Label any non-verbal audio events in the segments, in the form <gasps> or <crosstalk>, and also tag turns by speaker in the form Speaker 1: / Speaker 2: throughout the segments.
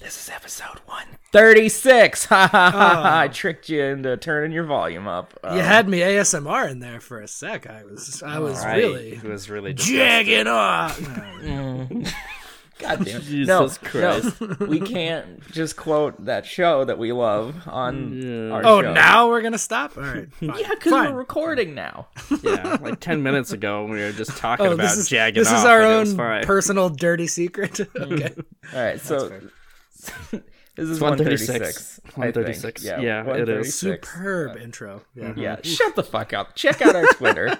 Speaker 1: This is episode 136. <laughs> Ha ha ha.
Speaker 2: Oh.
Speaker 1: ha. I tricked you into turning your volume up.
Speaker 3: You
Speaker 1: Um,
Speaker 3: had me ASMR in there for a sec. I was I was
Speaker 1: right.
Speaker 3: really
Speaker 1: It was really
Speaker 3: jagging off.
Speaker 1: God
Speaker 2: <laughs>
Speaker 1: damn it.
Speaker 2: Jesus
Speaker 1: no,
Speaker 2: Christ.
Speaker 1: No, we can't just quote that show that we love on
Speaker 2: Mm.
Speaker 1: our
Speaker 3: Oh,
Speaker 1: show.
Speaker 3: now we're gonna stop. All right. Fine.
Speaker 1: Yeah, because
Speaker 3: Fine.
Speaker 1: we're recording now.
Speaker 2: yeah, like ten minutes ago we were just talking
Speaker 3: Oh,
Speaker 2: about
Speaker 3: this is,
Speaker 2: jagged.
Speaker 3: this
Speaker 2: off,
Speaker 3: is our
Speaker 2: and it was
Speaker 3: own
Speaker 2: fine.
Speaker 3: personal dirty secret. <laughs> okay.
Speaker 1: All right, so <laughs> this is 136.
Speaker 2: 136.
Speaker 1: I think.
Speaker 2: 136.
Speaker 1: Yeah,
Speaker 2: Yeah, it is.
Speaker 1: 136.
Speaker 3: Superb intro. Yeah.
Speaker 1: Yeah, shut the fuck up. Check out our
Speaker 2: <laughs>
Speaker 1: Twitter.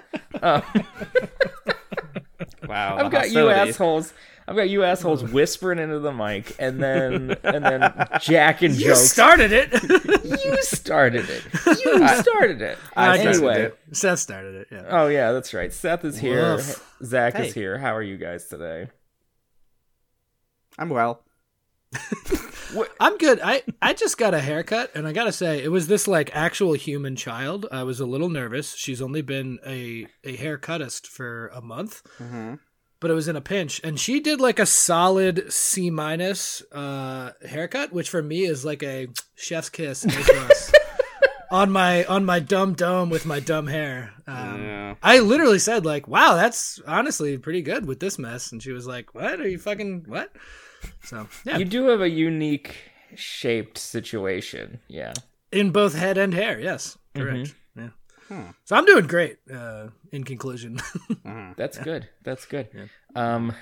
Speaker 2: Wow,
Speaker 1: I've got you assholes. I've got you assholes whispering into the mic, and then and then Jack and
Speaker 3: You
Speaker 1: jokes.
Speaker 3: started it.
Speaker 1: <laughs>
Speaker 3: <laughs>
Speaker 1: you started it. You started it.
Speaker 3: I started
Speaker 1: anyway.
Speaker 2: it.
Speaker 3: Seth started it. Yeah.
Speaker 1: Oh yeah, that's right. Seth is here.
Speaker 3: Woof.
Speaker 1: Zach
Speaker 2: Hey.
Speaker 1: is here. How are you guys today?
Speaker 2: I'm well.
Speaker 3: I'm good. I, I just got a haircut, and I gotta say, it was this like actual human child. I was a little nervous. She's only been a a haircutist for a month, but it was in a pinch, and she did like a solid C minus uh, haircut, which for me is like a chef's kiss A plus. on my on my dumb dome with my dumb hair. Um,
Speaker 2: Yeah.
Speaker 3: I literally said like, "Wow, that's honestly pretty good with this mess," and she was like, "What are you fucking what?" So yeah,
Speaker 1: You do have a unique shaped situation. Yeah.
Speaker 3: in both head and hair. Yes,
Speaker 1: Mm-hmm.
Speaker 3: correct. Yeah.
Speaker 2: Hmm.
Speaker 3: So I'm doing great. Uh, in conclusion, <laughs>
Speaker 2: mm,
Speaker 1: That's good. That's good. Um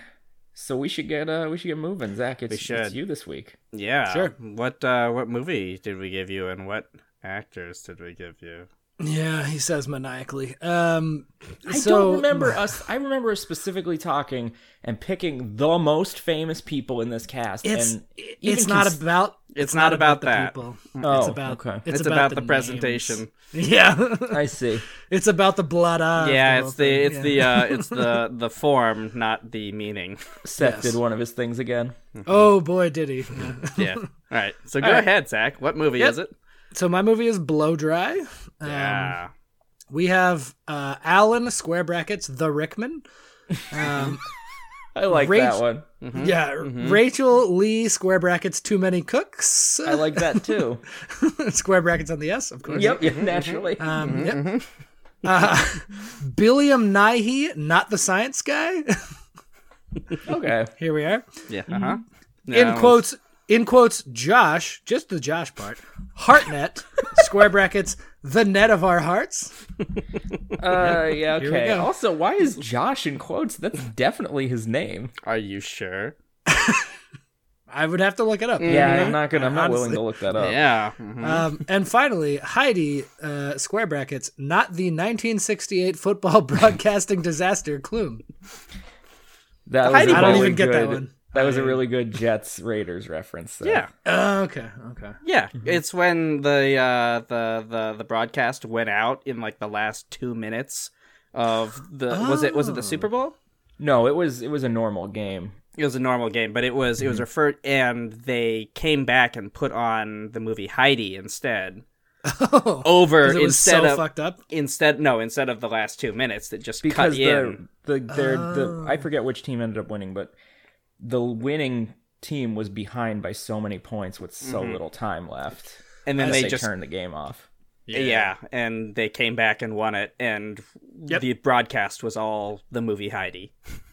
Speaker 1: so we should get uh we should get moving, Zach. It's,
Speaker 2: should.
Speaker 1: it's you this week.
Speaker 2: Yeah.
Speaker 3: Sure.
Speaker 2: What uh, what movie did we give you, and what actors did we give you?
Speaker 3: yeah, he says maniacally. Um,
Speaker 1: I
Speaker 3: so-
Speaker 1: don't remember uh, us I remember us specifically talking and picking the most famous people in this cast.
Speaker 3: It's
Speaker 1: and even
Speaker 3: it's not
Speaker 1: cons-
Speaker 3: about
Speaker 2: It's not about that. Mm.
Speaker 3: the people.
Speaker 1: Oh,
Speaker 3: it's about
Speaker 1: okay.
Speaker 3: it's,
Speaker 2: It's about the
Speaker 3: names.
Speaker 2: presentation.
Speaker 3: <laughs> Yeah,
Speaker 1: I see.
Speaker 3: it's about the blood eyes.
Speaker 2: yeah,
Speaker 3: whole
Speaker 2: it's the
Speaker 3: thing,
Speaker 2: it's
Speaker 3: yeah. <laughs>
Speaker 2: the uh, it's the the form, not the meaning.
Speaker 1: Seth
Speaker 3: Yes.
Speaker 1: did one of his things again.
Speaker 2: uh,
Speaker 3: Oh boy, did he. Yeah.
Speaker 2: Yeah. All right. So go
Speaker 3: right.
Speaker 2: ahead, Zach. What movie
Speaker 3: Yep.
Speaker 2: is it?
Speaker 3: so my movie is Blow Dry. Um,
Speaker 2: Yeah.
Speaker 3: We have uh, Alan square brackets the Rickman. Um,
Speaker 1: I like
Speaker 3: Rach-
Speaker 1: that one.
Speaker 2: Mm-hmm.
Speaker 3: yeah, Rachel Lee square brackets too many cooks.
Speaker 1: I like
Speaker 3: <laughs>
Speaker 1: that too.
Speaker 3: square brackets on the S, of course.
Speaker 1: yep, yeah, naturally.
Speaker 3: Um, yep. <laughs> Uh, Billiam Nighy, not the science guy. <laughs>
Speaker 1: okay.
Speaker 3: Here we are.
Speaker 2: Yeah. Uh huh.
Speaker 3: mhm. in quotes in quotes josh just the josh part heartnet square brackets the net of our hearts
Speaker 1: Uh yeah,
Speaker 3: we
Speaker 1: okay.
Speaker 3: go.
Speaker 1: Also, why is Josh in quotes? That's definitely his name.
Speaker 2: Are you sure?
Speaker 3: i would have to look it up
Speaker 1: Yeah, I'm not gonna. I'm not
Speaker 3: Honestly.
Speaker 1: willing to look that up.
Speaker 2: Yeah. mhm.
Speaker 3: um, and finally heidi uh, square brackets not the 1968 football <laughs> broadcasting disaster clume
Speaker 1: That was
Speaker 2: Heidi
Speaker 1: a
Speaker 2: I don't
Speaker 1: really
Speaker 3: even get that
Speaker 1: good-
Speaker 3: one.
Speaker 1: That was a really good Jets Raiders reference. so.
Speaker 2: Yeah.
Speaker 3: Oh, okay okay
Speaker 2: Yeah,
Speaker 3: Mm-hmm.
Speaker 2: it's when the uh, the the the broadcast went out in like the last two minutes of the was it
Speaker 3: Oh.
Speaker 2: was it the Super Bowl?
Speaker 1: No, it was it was a normal game.
Speaker 2: It was a normal game, but it was
Speaker 3: Mm-hmm.
Speaker 2: it was referred and they came back and put on the movie Heidi instead
Speaker 3: <laughs> oh
Speaker 2: over
Speaker 3: 'cause it was
Speaker 2: instead
Speaker 3: so
Speaker 2: of
Speaker 3: fucked up
Speaker 2: instead no instead of the last two minutes that just cut
Speaker 1: Because the
Speaker 2: in.
Speaker 1: the, their,
Speaker 3: Oh.
Speaker 1: the I forget which team ended up winning, but the winning team was behind by so many points with so little time left.
Speaker 2: Mm-hmm. And then
Speaker 1: that
Speaker 2: they
Speaker 1: they,
Speaker 2: just-
Speaker 1: turned the game off.
Speaker 2: Yeah. and they came back and won it, and
Speaker 3: Yep.
Speaker 2: the broadcast was all the movie Heidi.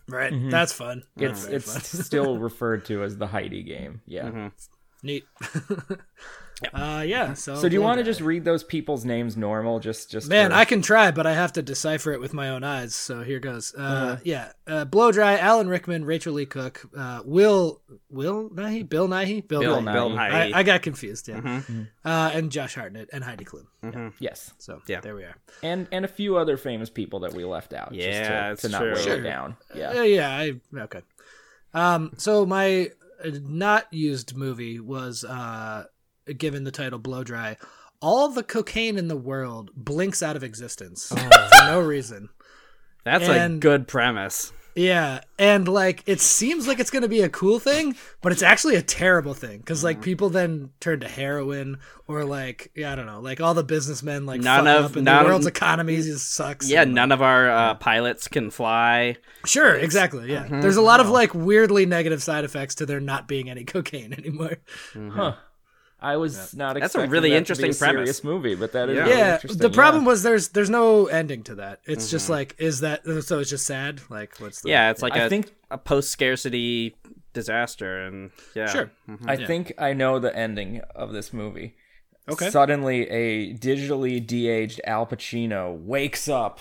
Speaker 3: right that's fun
Speaker 2: Mm-hmm.
Speaker 1: It's
Speaker 3: Very
Speaker 1: it's
Speaker 3: fun. <laughs>
Speaker 1: still referred to as the Heidi game. Yeah.
Speaker 2: Mm-hmm.
Speaker 1: <laughs>
Speaker 3: neat uh yeah so
Speaker 1: So do you
Speaker 3: we'll-
Speaker 1: want to just read those people's names normal? Just just
Speaker 3: Man,
Speaker 1: for-
Speaker 3: I can try, but I have to decipher it with my own eyes. So here goes. Uh,
Speaker 1: Uh-huh.
Speaker 3: Yeah, uh, blow dry. Alan Rickman, Rachel Lee Cook, uh, Will Will Nighy, Bill Nighy, Bill,
Speaker 1: Bill
Speaker 3: Nighy.
Speaker 1: Nighy.
Speaker 2: Bill Heidi.
Speaker 3: I, I got confused. Yeah,
Speaker 1: Mm-hmm.
Speaker 3: uh, and Josh Hartnett and Heidi Klum.
Speaker 1: yes,
Speaker 3: So
Speaker 2: Yeah.
Speaker 3: there we are.
Speaker 1: and and a few other famous people that we left out.
Speaker 2: Yeah,
Speaker 1: just
Speaker 2: that's
Speaker 1: to, to not
Speaker 2: true.
Speaker 1: weigh
Speaker 2: Sure.
Speaker 1: it down. Yeah.
Speaker 3: Uh, Yeah, yeah. I, okay. Um, so my uh, not used movie was uh, given the title Blow Dry. All the cocaine in the
Speaker 2: Oh.
Speaker 3: world blinks out of existence for no reason.
Speaker 2: That's a
Speaker 3: And-
Speaker 2: good premise.
Speaker 3: Yeah, and like it seems like it's going to be a cool thing, but it's actually a terrible thing because
Speaker 2: Mm.
Speaker 3: like people then turn to heroin or like yeah, I don't know, like all the businessmen like
Speaker 2: None
Speaker 3: none
Speaker 2: of-
Speaker 3: up and
Speaker 2: none-
Speaker 3: the world's economy just sucks.
Speaker 2: Yeah,
Speaker 3: and, like-
Speaker 2: none of our uh, pilots can fly.
Speaker 3: sure, exactly. Mm-hmm, Yeah, there's a lot of like weirdly negative side effects to there not being any <laughs> cocaine anymore.
Speaker 1: Huh. I was not.
Speaker 2: Mm-hmm. That's a
Speaker 1: expecting
Speaker 2: really
Speaker 1: that to be
Speaker 2: interesting
Speaker 1: a
Speaker 2: premise.
Speaker 1: serious movie, but that is
Speaker 2: Yeah.
Speaker 1: really
Speaker 3: Oh, yeah, Mm-hmm.
Speaker 1: interesting,
Speaker 3: the problem
Speaker 1: yeah.
Speaker 3: was there's there's no ending to that. It's just like is that so? It's just sad. Like what's the
Speaker 2: Yeah, it's like
Speaker 1: I
Speaker 2: a
Speaker 1: think-
Speaker 2: a post scarcity disaster, and yeah,
Speaker 3: Sure.
Speaker 1: I think I know the ending of this movie.
Speaker 3: Okay.
Speaker 1: Suddenly, a digitally de-aged Al Pacino wakes
Speaker 3: <laughs>
Speaker 1: up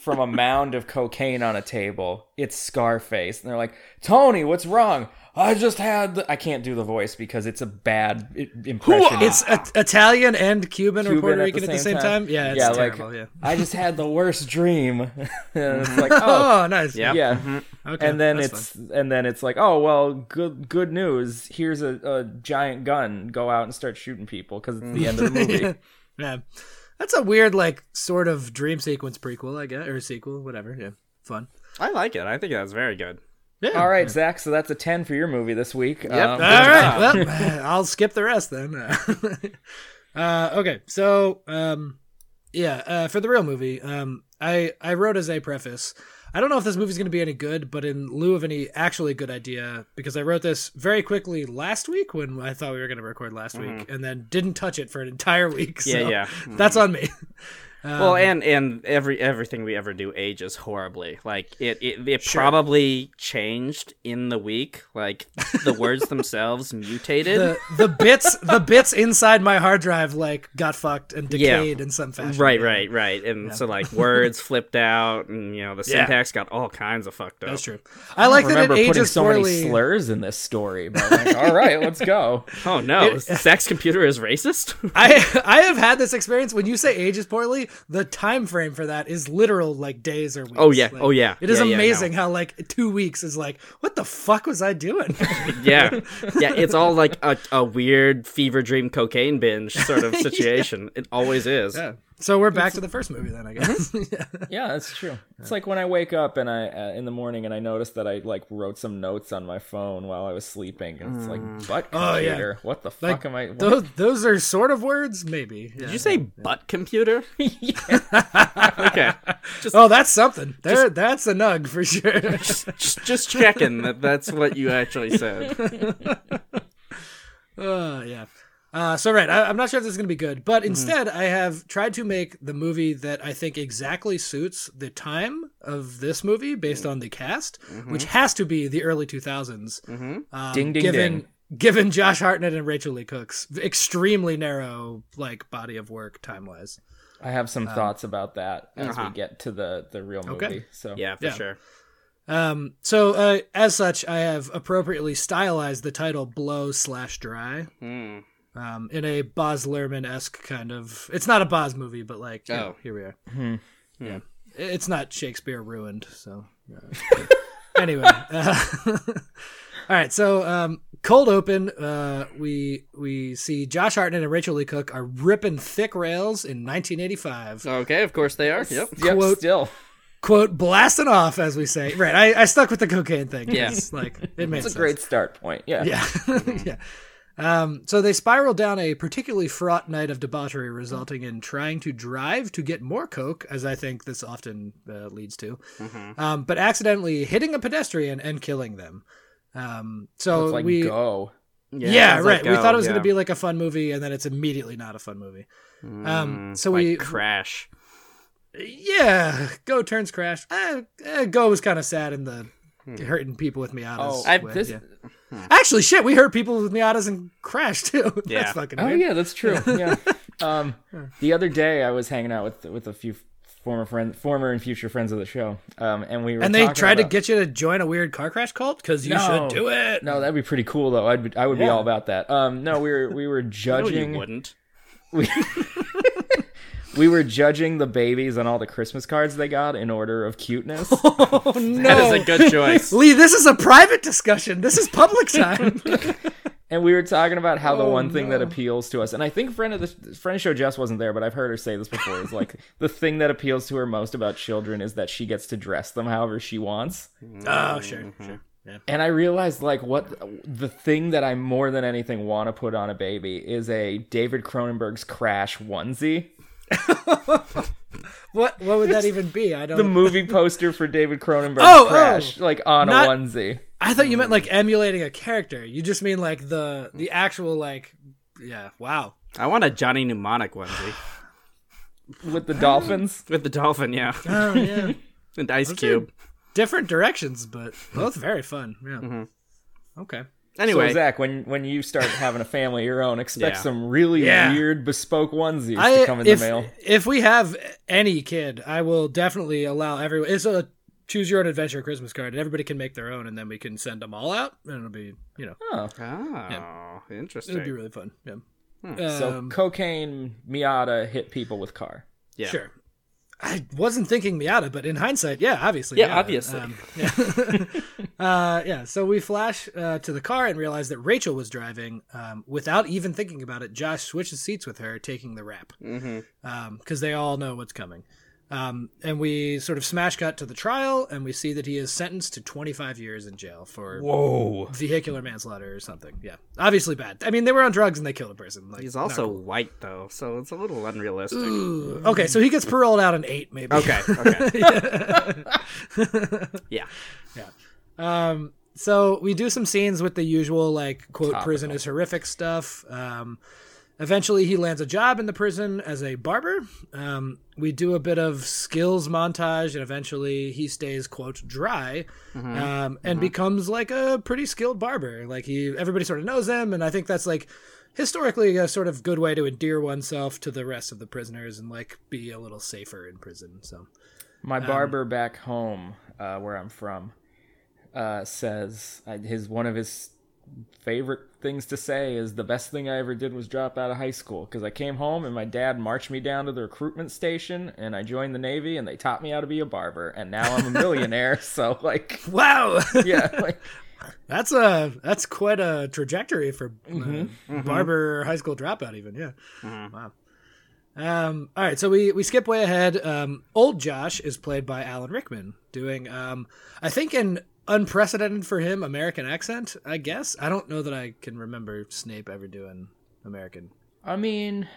Speaker 1: from a mound of cocaine on a table. It's Scarface, and they're like, "Tony, what's wrong? I just had." The... I can't do the voice because it's a bad i- impression. of
Speaker 3: It's a- Italian and Cuban, or
Speaker 1: Cuban
Speaker 3: Puerto Rican at the same, time. Yeah, it's terrible.
Speaker 1: like
Speaker 3: yeah.
Speaker 1: I just had the worst dream. <laughs> and it's
Speaker 3: <laughs>
Speaker 1: like, oh,
Speaker 3: Oh, nice.
Speaker 2: Yeah.
Speaker 1: yeah.
Speaker 3: Mm-hmm. Okay.
Speaker 1: And then
Speaker 3: that's
Speaker 1: it's and then it's like, oh well, good good news. Here's a, a giant gun. Go out and start shooting people because it's the end
Speaker 3: <laughs>
Speaker 1: of the movie.
Speaker 3: <laughs> Yeah. That's a weird, like, sort of dream sequence prequel, I guess, or sequel, whatever. Yeah. Fun.
Speaker 2: I like it. I think that's very good.
Speaker 3: Yeah.
Speaker 1: All right, Zach. So that's a ten for your movie this week. Um,
Speaker 3: All right.
Speaker 2: <laughs>
Speaker 3: Well, uh, I'll skip the rest then. <laughs> uh, okay. So, um, yeah, uh, for the real movie, um, I, I wrote as a preface. I don't know if this movie's going to be any good, but in lieu of any actually good idea, because I wrote this very quickly last week when I thought we were going to record last week, and then didn't touch it for an entire week. So
Speaker 2: Mm-hmm. Yeah,
Speaker 3: <laughs>
Speaker 2: yeah.
Speaker 3: That's on
Speaker 2: <laughs>
Speaker 3: me. Um,
Speaker 2: well, and and every everything we ever do ages horribly. Like it, it, it probably changed in the week. Like the <laughs> words themselves mutated.
Speaker 3: the the bits the bits inside my hard drive like got fucked and
Speaker 2: Yeah.
Speaker 3: decayed in some fashion.
Speaker 2: Right,
Speaker 3: Yeah.
Speaker 2: right, right. And so like words flipped out, and you know the
Speaker 3: Yeah.
Speaker 2: syntax got all kinds of fucked up.
Speaker 3: That's true. I, like that
Speaker 1: remember
Speaker 3: it
Speaker 1: putting
Speaker 3: ages
Speaker 1: so
Speaker 3: poorly.
Speaker 1: many slurs in this story, but
Speaker 3: <laughs>
Speaker 1: like, all right, let's go.
Speaker 2: Oh no, Zach's computer is racist. <laughs>
Speaker 3: I <laughs> I have had this experience when you say ages poorly, the time frame for that is literal like days or weeks.
Speaker 2: Oh, yeah.
Speaker 3: Like,
Speaker 2: Oh, yeah.
Speaker 3: It is
Speaker 2: Yeah, yeah,
Speaker 3: amazing how like two weeks is like what the fuck was
Speaker 1: <laughs>
Speaker 3: I doing?
Speaker 2: <laughs> yeah, yeah. It's all like a, a weird fever dream cocaine binge sort <laughs> of situation. It always is.
Speaker 3: so we're back to the first movie then I guess.
Speaker 1: Mm-hmm.
Speaker 3: <laughs> yeah.
Speaker 1: Yeah, that's true. It's like when I wake up and I uh, in the morning and I notice that I like wrote some notes on my phone while I was sleeping, and it's like, but
Speaker 3: Oh, yeah.
Speaker 1: computer, what the fuck am I? what-
Speaker 3: Those those are sort of words maybe. Yeah.
Speaker 2: Did you say butt <laughs> computer? okay, just,
Speaker 3: Oh, that's something. There, that's a nug
Speaker 1: <laughs>
Speaker 3: for sure.
Speaker 2: just just checking that that's what you actually said.
Speaker 3: Uh, yeah. Uh, so right, I, I'm not sure if this is gonna be good, but
Speaker 1: Mm-hmm.
Speaker 3: instead I have tried to make the movie that I think exactly suits the time of this movie based
Speaker 1: Mm.
Speaker 3: on the cast, which has to be the early 2000s. Um,
Speaker 1: Mm-hmm. Ding, ding,
Speaker 3: given,
Speaker 1: ding.
Speaker 3: Given Josh Hartnett and Rachel Lee Cook's extremely narrow like body of work time wise.
Speaker 1: I have some thoughts about that as
Speaker 2: uh-huh.
Speaker 1: we get to the the real movie.
Speaker 3: Um, Okay.
Speaker 1: So
Speaker 2: <laughs> Yeah, for
Speaker 3: Yeah.
Speaker 2: sure.
Speaker 3: Um, so uh, as such, I have appropriately stylized the title "Blow Slash Dry"
Speaker 2: Mm.
Speaker 3: um, in a Boz Lerman esque kind of. It's not a Boz movie, but like, you
Speaker 2: Oh.
Speaker 3: know, here we are.
Speaker 1: Hmm.
Speaker 3: Yeah, it's not Shakespeare ruined. So
Speaker 1: <laughs>
Speaker 3: uh, anyway, uh, <laughs> all right. So um, cold open. Uh, we we see Josh Hartnett and Rachel Lee Cook are ripping thick rails in 1985.
Speaker 2: Okay, of course they are. Yep.
Speaker 1: Yep,
Speaker 3: Quote-
Speaker 1: still.
Speaker 3: Quote blasting off as we say. Right. I, I stuck with the cocaine thing. 'cause,
Speaker 2: Yeah.
Speaker 3: like it made
Speaker 1: It's a
Speaker 3: sense.
Speaker 1: great start point. Yeah.
Speaker 3: Yeah. <laughs> yeah. Um, so they spiral down a particularly fraught night of debauchery, resulting in trying to drive to get more coke, as I think this often uh, leads to, um, but accidentally hitting a pedestrian and killing them. Um, so
Speaker 1: It's like
Speaker 3: we,
Speaker 1: go.
Speaker 3: yeah,
Speaker 2: sounds
Speaker 3: right.
Speaker 2: like,
Speaker 3: we
Speaker 2: oh,
Speaker 3: thought it was going
Speaker 2: yeah.
Speaker 3: to be like a fun movie, and then it's immediately not a fun movie. Um, so
Speaker 2: like
Speaker 3: we,
Speaker 2: crash.
Speaker 3: yeah, go turns crash. Uh, uh, go was kind of sad in the hurting people with Miatas.
Speaker 1: Oh,
Speaker 2: I-
Speaker 3: way,
Speaker 1: this-
Speaker 3: yeah. Actually, shit, we hurt people with Miatas and Crash too. <laughs>
Speaker 2: Yeah.
Speaker 3: That's fucking
Speaker 1: Oh
Speaker 3: weird.
Speaker 1: yeah, that's
Speaker 3: <laughs>
Speaker 1: true. Yeah. um, the other day I was hanging out with with a few former friend, former and future friends of the show, um, and we were
Speaker 3: And they
Speaker 1: talking
Speaker 3: tried to
Speaker 1: about-
Speaker 3: get you to join a weird car crash cult because you
Speaker 1: No.
Speaker 3: should do it.
Speaker 1: No, that'd be pretty cool though. I'd be, I would be all about that. Um, no, we were we
Speaker 3: <laughs>
Speaker 1: were
Speaker 2: No, you
Speaker 1: judging
Speaker 2: wouldn't.
Speaker 1: we were judging the babies on all the Christmas cards they got in order of cuteness.
Speaker 3: Oh no, <laughs>
Speaker 2: That is a good choice.
Speaker 3: Lee, this is a private discussion. This is public time.
Speaker 1: And we were talking about how the
Speaker 3: Oh,
Speaker 1: one thing that
Speaker 3: no.
Speaker 1: appeals to us, and I think friend of the friend of show Jess wasn't there, but I've heard her say this before. Is
Speaker 3: <laughs>
Speaker 1: like the thing that appeals to her most about children is that she gets to dress them however she wants.
Speaker 3: Oh, <laughs> sure, sure. Yeah.
Speaker 1: And I realized like what the thing that I more than anything want to put on a baby is a David Cronenberg's Crash onesie.
Speaker 3: What what would that even be? I don't.
Speaker 1: The
Speaker 3: <laughs>
Speaker 1: movie poster for David Cronenberg's
Speaker 3: Oh, oh.
Speaker 1: Crash, like on
Speaker 3: Not-
Speaker 1: a onesie.
Speaker 3: I thought you meant like emulating a character. You just mean like the the actual like yeah. Wow.
Speaker 2: I want a Johnny Mnemonic onesie
Speaker 1: with the
Speaker 3: <gasps>
Speaker 1: dolphins.
Speaker 2: with the
Speaker 3: <laughs>
Speaker 2: dolphin, yeah,
Speaker 3: Oh yeah.
Speaker 2: and Ice Cube.
Speaker 3: Different directions, but both very fun. Yeah. Okay.
Speaker 2: Anyway,
Speaker 1: so Zach, when when you start having a family of your own, expect
Speaker 2: Yeah.
Speaker 1: some really
Speaker 3: Yeah.
Speaker 1: weird bespoke onesies
Speaker 3: I
Speaker 1: to come in
Speaker 3: if
Speaker 1: the mail.
Speaker 3: if we have any kid, I will definitely allow everyone. It's a choose your own adventure Christmas card, and everybody can make their own, and then we can send them all out, and it'll be you know
Speaker 1: Oh.
Speaker 2: oh, interesting.
Speaker 3: it'll be really fun. Yeah.
Speaker 2: Hmm.
Speaker 1: So
Speaker 3: Um,
Speaker 1: cocaine Miata hit people with car.
Speaker 2: yeah.
Speaker 3: Sure. I wasn't thinking Miata, but in hindsight, yeah, obviously.
Speaker 2: Yeah,
Speaker 3: Miata.
Speaker 2: obviously.
Speaker 3: Um, yeah. <laughs> uh, yeah, so we flash uh, to the car and realize that Rachel was driving. Um, without even thinking about it, Josh switches seats with her, taking the rap
Speaker 2: Mm-hmm.
Speaker 3: because um, they all know what's coming. Um, and we sort of smash cut to the trial, and we see that he is sentenced to 25 years in jail for
Speaker 1: Whoa.
Speaker 3: vehicular manslaughter or something. Yeah, obviously bad. I mean, they were on drugs and they killed a person. Like,
Speaker 2: He's
Speaker 3: not
Speaker 2: also
Speaker 3: cool.
Speaker 2: white though, so it's a little unrealistic.
Speaker 3: okay. So he gets paroled out in eight, maybe.
Speaker 2: Okay, okay, <laughs> yeah.
Speaker 3: Um, so we do some scenes with the usual like quote prison
Speaker 1: Topical.
Speaker 3: is horrific stuff. Um, eventually he lands a job in the prison as a barber. Um, we do a bit of skills montage, and eventually he stays quote dry, um, and becomes like a pretty skilled barber. Like he, everybody sort of knows him, and I think that's like historically a sort of good way to endear oneself to the rest of the prisoners and like be a little safer in prison. So
Speaker 1: My
Speaker 3: Um,
Speaker 1: barber back home, uh, where I'm from, uh, says uh, his one of his favorite things to say is the best thing I ever did was drop out of high school because I came home and my dad marched me down to the recruitment station and I joined the Navy and they taught me how to be a barber and now
Speaker 3: <laughs>
Speaker 1: I'm a millionaire. so like,
Speaker 3: wow. <laughs>
Speaker 1: yeah, like,
Speaker 3: That's a that's quite a trajectory for uh,
Speaker 1: Mm-hmm.
Speaker 3: barber high school dropout. Even yeah, wow. Um, all right, so we we skip way ahead. Um, old Josh is played by Alan Rickman, doing um, I think an unprecedented for him American accent. I guess I don't know that I can remember Snape ever doing American.
Speaker 1: I mean,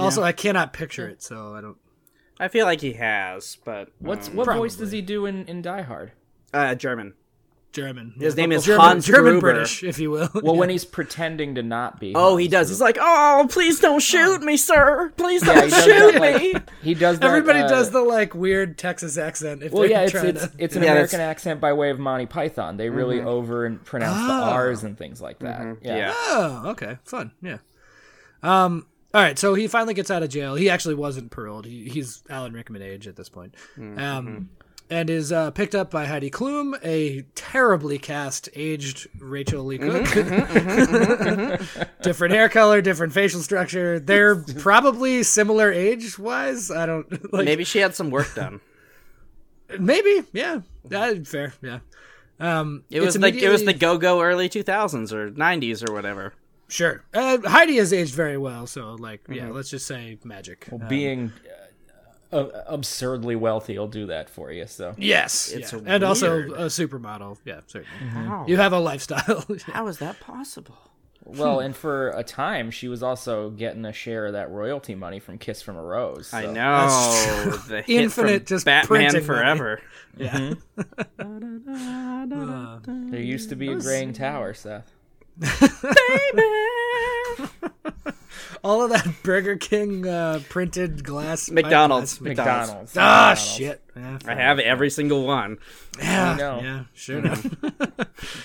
Speaker 3: Also, I cannot picture it, so I don't.
Speaker 2: I feel like he has, but
Speaker 1: what's
Speaker 3: Mm.
Speaker 2: um,
Speaker 1: what voice
Speaker 3: probably.
Speaker 1: does he do in in Die Hard?
Speaker 2: uh, German?
Speaker 3: German.
Speaker 2: His name is
Speaker 3: German,
Speaker 2: Hans
Speaker 3: German
Speaker 2: Gruber.
Speaker 3: British, if you will.
Speaker 1: Well, when he's pretending to not be.
Speaker 2: Oh, he does. He's like, oh, please don't shoot me, sir. Please
Speaker 1: Yeah,
Speaker 2: don't
Speaker 1: he does
Speaker 2: shoot
Speaker 1: that,
Speaker 2: me. <laughs>
Speaker 1: like, he does. That,
Speaker 3: <laughs> everybody
Speaker 1: uh,
Speaker 3: does the like weird Texas accent. If
Speaker 1: Well,
Speaker 3: they're <laughs>
Speaker 1: yeah, it's
Speaker 3: trying
Speaker 1: it's,
Speaker 3: to... Mm-hmm.
Speaker 1: it's an
Speaker 2: Yeah,
Speaker 1: American
Speaker 2: that's-
Speaker 1: accent by way of Monty Python. They really over and pronounce the
Speaker 3: Oh.
Speaker 1: R's and things like that. Yeah.
Speaker 2: Ah. Mm-hmm. Yeah.
Speaker 3: Oh, okay. Fun. Yeah. Um. All right. So he finally gets out of jail. He actually wasn't paroled. He, he's Alan Rickman age at this point.
Speaker 2: Mm-hmm.
Speaker 3: Um. And is uh, picked up by Heidi Klum, a terribly cast, aged Rachel Lee Cook.
Speaker 2: Mm-hmm,
Speaker 3: <laughs> different hair color, different facial structure. They're probably similar age wise. I don't <laughs> like
Speaker 2: Maybe she had some work done.
Speaker 3: maybe yeah. That, fair yeah. Um,
Speaker 2: It
Speaker 3: it's
Speaker 2: was like it was the
Speaker 3: immediately-
Speaker 2: go go early two thousands or nineties or whatever.
Speaker 3: sure. Uh, Heidi has aged very well, so like yeah.
Speaker 2: Mm-hmm.
Speaker 3: Let's just say magic. Um,
Speaker 1: Being uh, uh, absurdly wealthy will do that for you. So
Speaker 3: Yes,
Speaker 2: It's
Speaker 3: yeah.
Speaker 2: weird.
Speaker 3: and also a supermodel. Yeah, certainly.
Speaker 2: Mm-hmm.
Speaker 3: You have a lifestyle. <laughs>
Speaker 2: How is that possible?
Speaker 1: well,
Speaker 2: <laughs>
Speaker 1: and for a time, she was also getting a share of that royalty money from Kiss from a Rose. so-
Speaker 2: I
Speaker 3: That's
Speaker 2: know
Speaker 3: true.
Speaker 2: <laughs> the hit
Speaker 3: Infinite
Speaker 2: from
Speaker 3: just
Speaker 2: Batman
Speaker 3: printing money.
Speaker 2: Forever.
Speaker 3: yeah.
Speaker 1: There used to be a graying tower, Seth.
Speaker 3: all of that Burger King uh, printed glass.
Speaker 2: <laughs> McDonald's.
Speaker 3: pint glass.
Speaker 1: McDonald's.
Speaker 3: Ah,
Speaker 1: McDonald's.
Speaker 3: shit. Yeah,
Speaker 2: I have every single one.
Speaker 3: yeah,
Speaker 1: I know.
Speaker 3: yeah, sure enough.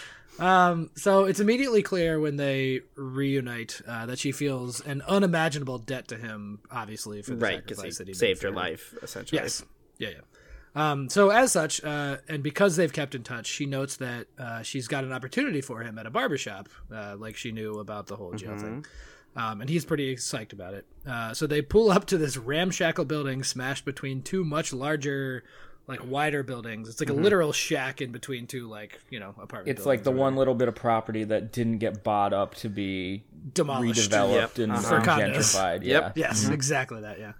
Speaker 3: <laughs> um, so it's immediately clear when they reunite uh, that she feels an unimaginable debt to him, obviously, for the
Speaker 2: Right, because
Speaker 3: sacrifice that
Speaker 2: he
Speaker 3: he
Speaker 2: saved
Speaker 3: made for
Speaker 2: her life essentially.
Speaker 3: Yes. Yeah, yeah. Um, so as such, uh, and because they've kept in touch, she notes that uh, she's got an opportunity for him at a barbershop, uh, like she knew about the whole jail
Speaker 1: Mm-hmm.
Speaker 3: thing. Um, and he's pretty psyched about it. Uh, so they pull up to this ramshackle building smashed between two much larger like wider buildings. It's like a literal shack in between two like you know apartment.
Speaker 1: Mm-hmm. It's like the
Speaker 3: buildings or
Speaker 1: one little bit of property that didn't get bought up to be
Speaker 3: demolished.
Speaker 1: redeveloped
Speaker 2: Yep.
Speaker 1: and
Speaker 2: Uh-huh.
Speaker 1: and
Speaker 3: For condos.
Speaker 1: gentrified.
Speaker 2: Yep.
Speaker 1: Yeah.
Speaker 3: Yes, exactly that. Yeah.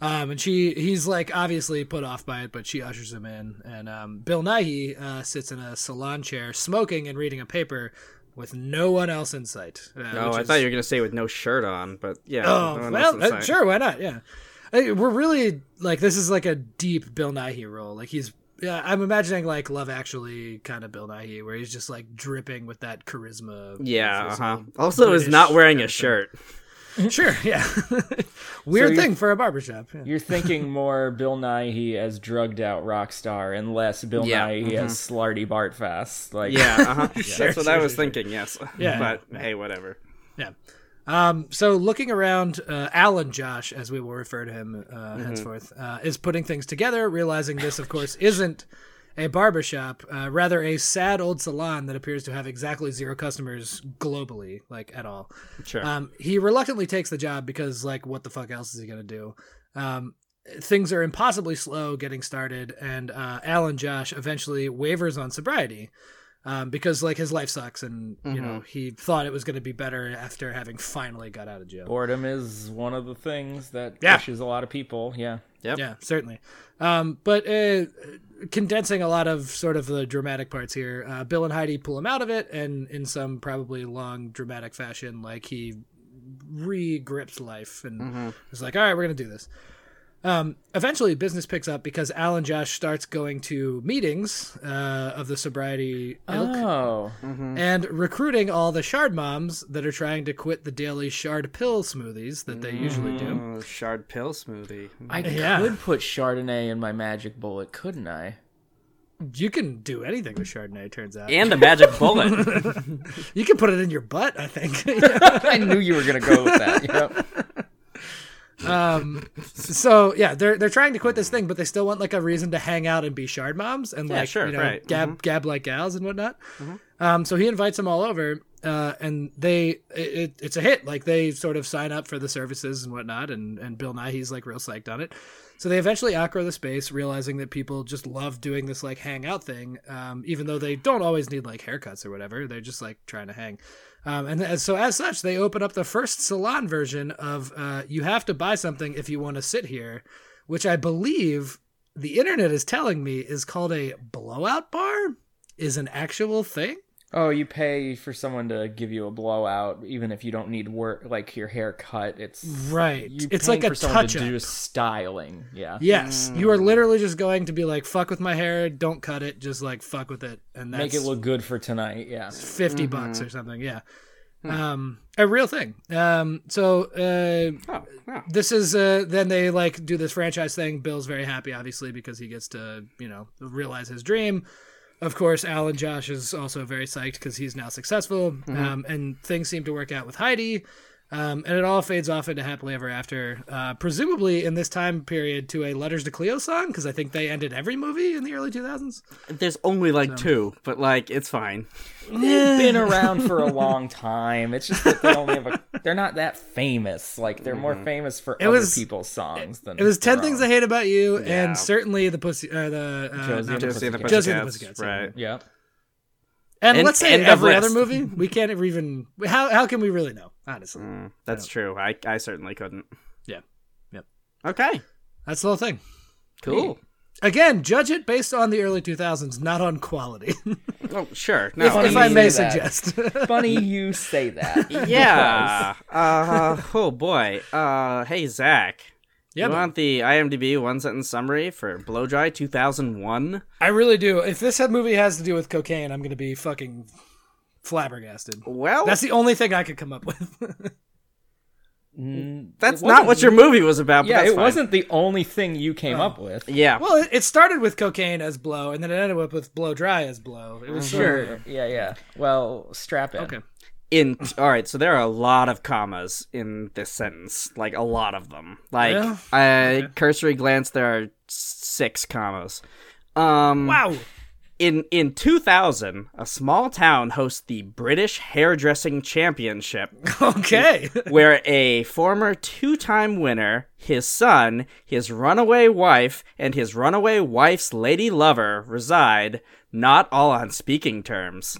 Speaker 3: Um, and she, he's like obviously put off by it, but she ushers him in, and um, Bill Nighy uh, sits in a salon chair, smoking and reading a paper, with no one else in sight. Uh,
Speaker 2: No,
Speaker 3: which
Speaker 2: Oh, I
Speaker 3: is-
Speaker 2: thought you were gonna say with no shirt on, but yeah. no
Speaker 3: Oh
Speaker 2: one
Speaker 3: well,
Speaker 2: else in
Speaker 3: uh,
Speaker 2: sight.
Speaker 3: sure, why not? Yeah, Hey, we're really like this is like a deep Bill Nighy role. Like he's, yeah, I'm imagining like Love Actually kind of Bill Nighy, where he's just like dripping with that charisma.
Speaker 2: Yeah.
Speaker 3: His
Speaker 2: Uh-huh.
Speaker 3: old
Speaker 2: Also, is
Speaker 3: British
Speaker 2: not wearing
Speaker 3: kind
Speaker 2: a
Speaker 3: of thing.
Speaker 2: shirt.
Speaker 3: Sure, yeah. <laughs> Weird
Speaker 1: you're-
Speaker 3: thing for a barbershop. Yeah.
Speaker 1: You're
Speaker 3: <laughs>
Speaker 1: thinking more Bill Nighy as drugged out rock star and less Bill
Speaker 2: Yeah,
Speaker 1: Nighy as
Speaker 3: mm-hmm.
Speaker 1: slarty Bartfast. Like
Speaker 2: Yeah. Uh-huh.
Speaker 3: Sure,
Speaker 2: That's what I
Speaker 3: sure,
Speaker 2: was
Speaker 3: sure, sure.
Speaker 2: thinking. Yes.
Speaker 3: Yeah.
Speaker 2: But hey, whatever.
Speaker 3: Yeah. Um, so looking around, uh, Alan Josh, as we will refer to him uh, henceforth, uh, is putting things together, realizing this, of course, isn't a barbershop, uh, rather a sad old salon that appears to have exactly zero customers globally, like at all.
Speaker 2: Sure.
Speaker 3: Um, he reluctantly takes the job because, like, what the fuck else is he gonna do? Um, things are impossibly slow getting started, and uh, Alan Josh eventually wavers on sobriety um, because, like, his life sucks, and you know he thought it was gonna be better after having finally got out of jail.
Speaker 1: Boredom is one of the things that
Speaker 3: Yeah.
Speaker 1: pushes a lot of people. Yeah.
Speaker 2: Yep.
Speaker 3: Yeah, certainly. Um, but uh, condensing a lot of sort of the dramatic parts here, uh, Bill and Heidi pull him out of it, and in some probably long dramatic fashion, like he re-grips life and is like, "All right, we're gonna do this." Um, eventually, business picks up because Alan Josh starts going to meetings uh, of the sobriety ilk
Speaker 1: Oh.
Speaker 3: Mm-hmm. and recruiting all the shard moms that are trying to quit the daily shard pill smoothies that they usually do.
Speaker 2: Oh, shard pill smoothie.
Speaker 1: I
Speaker 3: Yeah.
Speaker 1: could put Chardonnay in my magic bullet, couldn't I?
Speaker 3: You can do anything with Chardonnay, it turns out.
Speaker 2: And a magic bullet.
Speaker 3: <laughs> You can put it in your butt, I think.
Speaker 1: <laughs>
Speaker 2: <laughs>
Speaker 1: I knew you were gonna go with that. You know?
Speaker 3: so yeah, they're they're trying to quit this thing, but they still want like a reason to hang out and be shard moms and like
Speaker 2: sure,
Speaker 3: you know
Speaker 2: right, Mm-hmm.
Speaker 3: gab gab like gals and whatnot. Um, so he invites them all over, uh, and they it, it, it's a hit. Like they sort of sign up for the services and whatnot, and and Bill Nighy's like real psyched on it. So they eventually outgrow the space, realizing that people just love doing this like hangout thing, um, even though they don't always need like haircuts or whatever. They're just like trying to hang. Um, and th- so, as such, they open up the first salon version of uh, "You have to buy something if you want to sit here," which I believe the internet is telling me is called a blowout bar. Is an actual thing.
Speaker 1: Oh, you pay for someone to give you a blowout, even if you don't need work, like your hair cut. It's
Speaker 3: Right.
Speaker 1: You
Speaker 3: It's
Speaker 1: paying
Speaker 3: like a
Speaker 1: for someone
Speaker 3: touch-up.
Speaker 1: to do Mm. styling. Yeah.
Speaker 3: Yes, you are literally just going to be like, "Fuck with my hair, don't cut it, just like fuck with it," and that's
Speaker 1: Make it look Mm-hmm. good for tonight. Yeah.
Speaker 3: 50 bucks or something. Yeah,
Speaker 1: Hmm.
Speaker 3: um, a real thing. Um, so uh,
Speaker 2: oh, wow.
Speaker 3: this is uh then they like do this franchise thing bill's very happy obviously because he gets to you know realize his dream of course alan josh is also very psyched because he's now successful
Speaker 2: Mm-hmm.
Speaker 3: um, and things seem to work out with heidi um, and it all fades off into happily ever after uh, presumably in this time period to a letters to cleo song because i think they ended every movie in the early 2000s
Speaker 2: There's only like two, but like it's fine.
Speaker 1: They've
Speaker 3: <laughs>
Speaker 1: been around for a long time. It's just that they only have a. They're not that famous. Like they're
Speaker 2: Mm-hmm.
Speaker 1: more famous for other
Speaker 3: was-
Speaker 1: people's songs than
Speaker 3: it was 10
Speaker 1: their
Speaker 3: things i
Speaker 1: own.
Speaker 3: hate about you
Speaker 2: Yeah.
Speaker 3: and certainly the pussy uh, the uh,
Speaker 1: Josie and
Speaker 3: not
Speaker 1: the
Speaker 2: Josie and the
Speaker 1: Pussycats.
Speaker 3: Josie and the Pussycats,
Speaker 2: Pussycats,
Speaker 3: yeah.
Speaker 2: right?
Speaker 1: Yeah.
Speaker 3: And,
Speaker 2: And-
Speaker 3: let's say
Speaker 2: and
Speaker 3: every
Speaker 2: Everest.
Speaker 3: other movie, we can't ever even. How how can we really know? Honestly,
Speaker 2: Mm, that's true. I I certainly couldn't.
Speaker 3: Yeah. Yep.
Speaker 2: Okay.
Speaker 3: that's the whole thing.
Speaker 2: Cool.
Speaker 3: Again, judge it based on the early 2000s, not on quality. <laughs>
Speaker 2: Oh, sure. No.
Speaker 3: if,
Speaker 1: Funny
Speaker 3: if I
Speaker 1: you
Speaker 3: may
Speaker 1: say that.
Speaker 3: suggest. <laughs>
Speaker 1: Funny you say that. <laughs>
Speaker 2: yeah. Uh, oh boy. Uh, hey Zach.
Speaker 3: yeah,
Speaker 2: you
Speaker 3: but
Speaker 2: want the IMDb one sentence summary for Blow Dry 2001?
Speaker 3: I really do. If this movie has to do with cocaine, I'm going to be fucking flabbergasted.
Speaker 2: Well,
Speaker 3: That's
Speaker 2: that's,
Speaker 3: the only thing I could come up with. <laughs>
Speaker 1: Mm, it
Speaker 2: not
Speaker 1: wasn't-
Speaker 2: what your movie was about. But
Speaker 1: Yeah,
Speaker 2: that's
Speaker 1: it
Speaker 2: fine.
Speaker 1: wasn't the only thing you came
Speaker 3: Oh.
Speaker 1: up with.
Speaker 2: Yeah.
Speaker 3: well, it, it started with cocaine as blow, and then it ended up with blow dry as blow. It was sort of-
Speaker 1: Yeah, yeah. Well, strap in.
Speaker 3: Okay.
Speaker 2: in all right so there are a lot of commas in this sentence like a lot of them like
Speaker 3: Yeah?
Speaker 2: I cursory glance there are six commas um
Speaker 3: Wow. <laughs>
Speaker 2: in in 2000, a small town hosts the British Hairdressing Championship,
Speaker 3: Okay. <laughs>
Speaker 2: where a former two-time winner, his son, his runaway wife, and his runaway wife's lady lover reside, not all on speaking terms.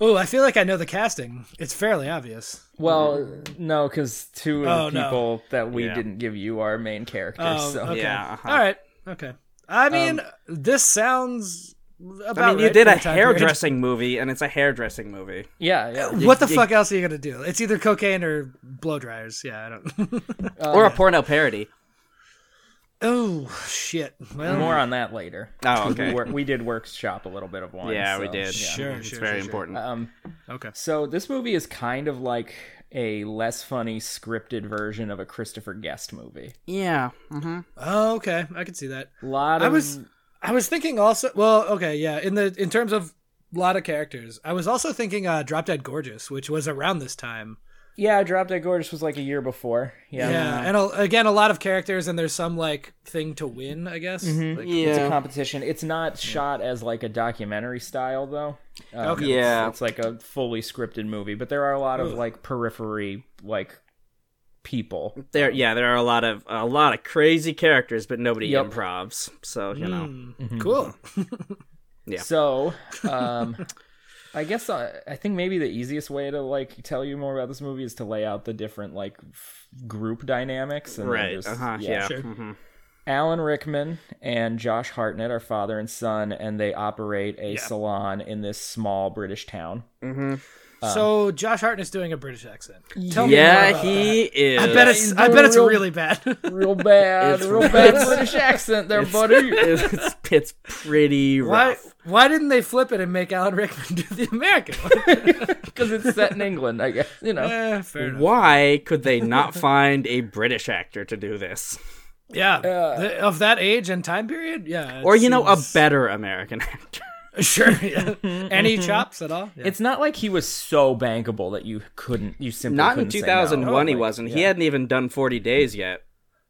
Speaker 3: oh, I feel like I know the casting. It's fairly obvious.
Speaker 1: Well, no, because two
Speaker 3: Oh,
Speaker 1: of the
Speaker 3: no.
Speaker 1: people that we
Speaker 2: Yeah.
Speaker 1: didn't give you are main characters.
Speaker 3: Oh,
Speaker 1: so
Speaker 3: okay.
Speaker 2: Yeah, uh-huh. Um,
Speaker 3: All right. Okay. I mean, this sounds about
Speaker 2: I mean, you
Speaker 3: right
Speaker 2: did
Speaker 3: for
Speaker 2: a
Speaker 3: the time period.
Speaker 2: hairdressing movie, and it's a hairdressing movie.
Speaker 1: yeah, yeah.
Speaker 3: What the
Speaker 2: you-
Speaker 3: fuck else are you gonna do? It's either cocaine or blow dryers. Yeah, I don't.
Speaker 2: <laughs>
Speaker 3: <laughs>
Speaker 2: or a porno parody.
Speaker 3: oh shit. Well,
Speaker 1: More on that later.
Speaker 2: Oh,
Speaker 1: We,
Speaker 2: okay.
Speaker 1: wor- we did workshop a little bit of one.
Speaker 2: Yeah, we
Speaker 1: so,
Speaker 2: did.
Speaker 1: yeah.
Speaker 3: Sure,
Speaker 2: it's
Speaker 3: sure,
Speaker 2: very
Speaker 3: sure, sure.
Speaker 2: important.
Speaker 1: Um,
Speaker 3: okay.
Speaker 1: so this movie is kind of like a less funny scripted version of a Christopher Guest movie.
Speaker 2: yeah. mhm.
Speaker 3: Oh, okay. I can see that.
Speaker 1: A lot of
Speaker 3: I was
Speaker 2: um,
Speaker 3: I was thinking also. Well, okay, yeah. In the in terms of lot of characters, I was also thinking uh, Drop Dead Gorgeous, which was around this time.
Speaker 1: yeah, Drop Dead Gorgeous was like a year before. Yeah,
Speaker 3: Yeah, and a, again, a lot of characters, and there's some like thing to win, I guess.
Speaker 2: Mm-hmm.
Speaker 3: Like,
Speaker 1: Mm-hmm. it's a
Speaker 2: Yeah.
Speaker 1: competition. It's not shot as like a documentary style though. Um,
Speaker 3: Okay.
Speaker 1: it's-
Speaker 2: Yeah.
Speaker 1: it's, like a fully scripted movie, but there are a lot of like periphery like people.
Speaker 2: There, yeah, there are a lot of a lot of crazy characters, but nobody
Speaker 1: Yep.
Speaker 2: improvs. So you know,
Speaker 3: hmm, cool.
Speaker 2: Yeah.
Speaker 1: So, um, I guess uh, I, I think maybe the easiest way to like tell you more about this movie is to lay out the different like f- group dynamics. And then
Speaker 2: right?
Speaker 1: just-
Speaker 2: Uh huh. Yeah.
Speaker 3: sure.
Speaker 2: mhm.
Speaker 1: Alan Rickman and Josh Hartnett are father and son, and they operate a salon in this small British town.
Speaker 3: so Josh Hartnett's doing a British accent. Tell me
Speaker 2: Uh, Yeah,
Speaker 3: more about
Speaker 2: he is.
Speaker 3: that. I bet it's
Speaker 1: He's
Speaker 3: I
Speaker 1: doing
Speaker 3: bet it's
Speaker 1: real-
Speaker 3: really bad.
Speaker 1: <laughs>
Speaker 3: <laughs>
Speaker 1: Real bad,
Speaker 2: It's-
Speaker 1: real bad British accent there, buddy. <laughs>
Speaker 2: <laughs> It's, it's, <laughs> it's pretty
Speaker 3: why
Speaker 2: rough.
Speaker 3: why didn't they flip it and make Alan Rickman <laughs> do the American one? <laughs>
Speaker 1: Because it's set in England, I guess. You know.
Speaker 3: Eh, fair enough.
Speaker 2: Why could they <laughs> not find a British actor to do this,
Speaker 3: Yeah, The- of that age and time period. Yeah, it
Speaker 2: or you know, a
Speaker 3: seems-
Speaker 2: better American <laughs> actor?
Speaker 3: <laughs> Sure. Yeah. Any chops at all? Yeah.
Speaker 1: It's not like he was so bankable that you couldn't, you simply
Speaker 2: Not in
Speaker 1: couldn't say no.
Speaker 2: 2001, he
Speaker 1: Like,
Speaker 2: wasn't. He
Speaker 1: yeah.
Speaker 2: hadn't even done 40 days yet.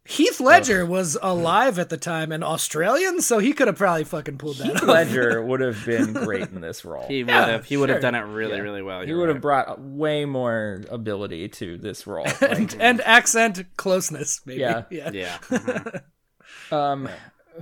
Speaker 3: Heath Ledger was alive at the time and Australian, so he could have probably fucking pulled that off.
Speaker 1: <laughs> Ledger would have been great in this role.
Speaker 2: He
Speaker 1: He,
Speaker 2: would have. He would have done it really, really well. you're
Speaker 1: would have
Speaker 2: <laughs> right.
Speaker 1: brought way more ability to this <laughs> role. Like,
Speaker 3: <laughs> And accent closeness, maybe.
Speaker 1: Yeah.
Speaker 3: <laughs> yeah.
Speaker 2: Yeah.
Speaker 1: um,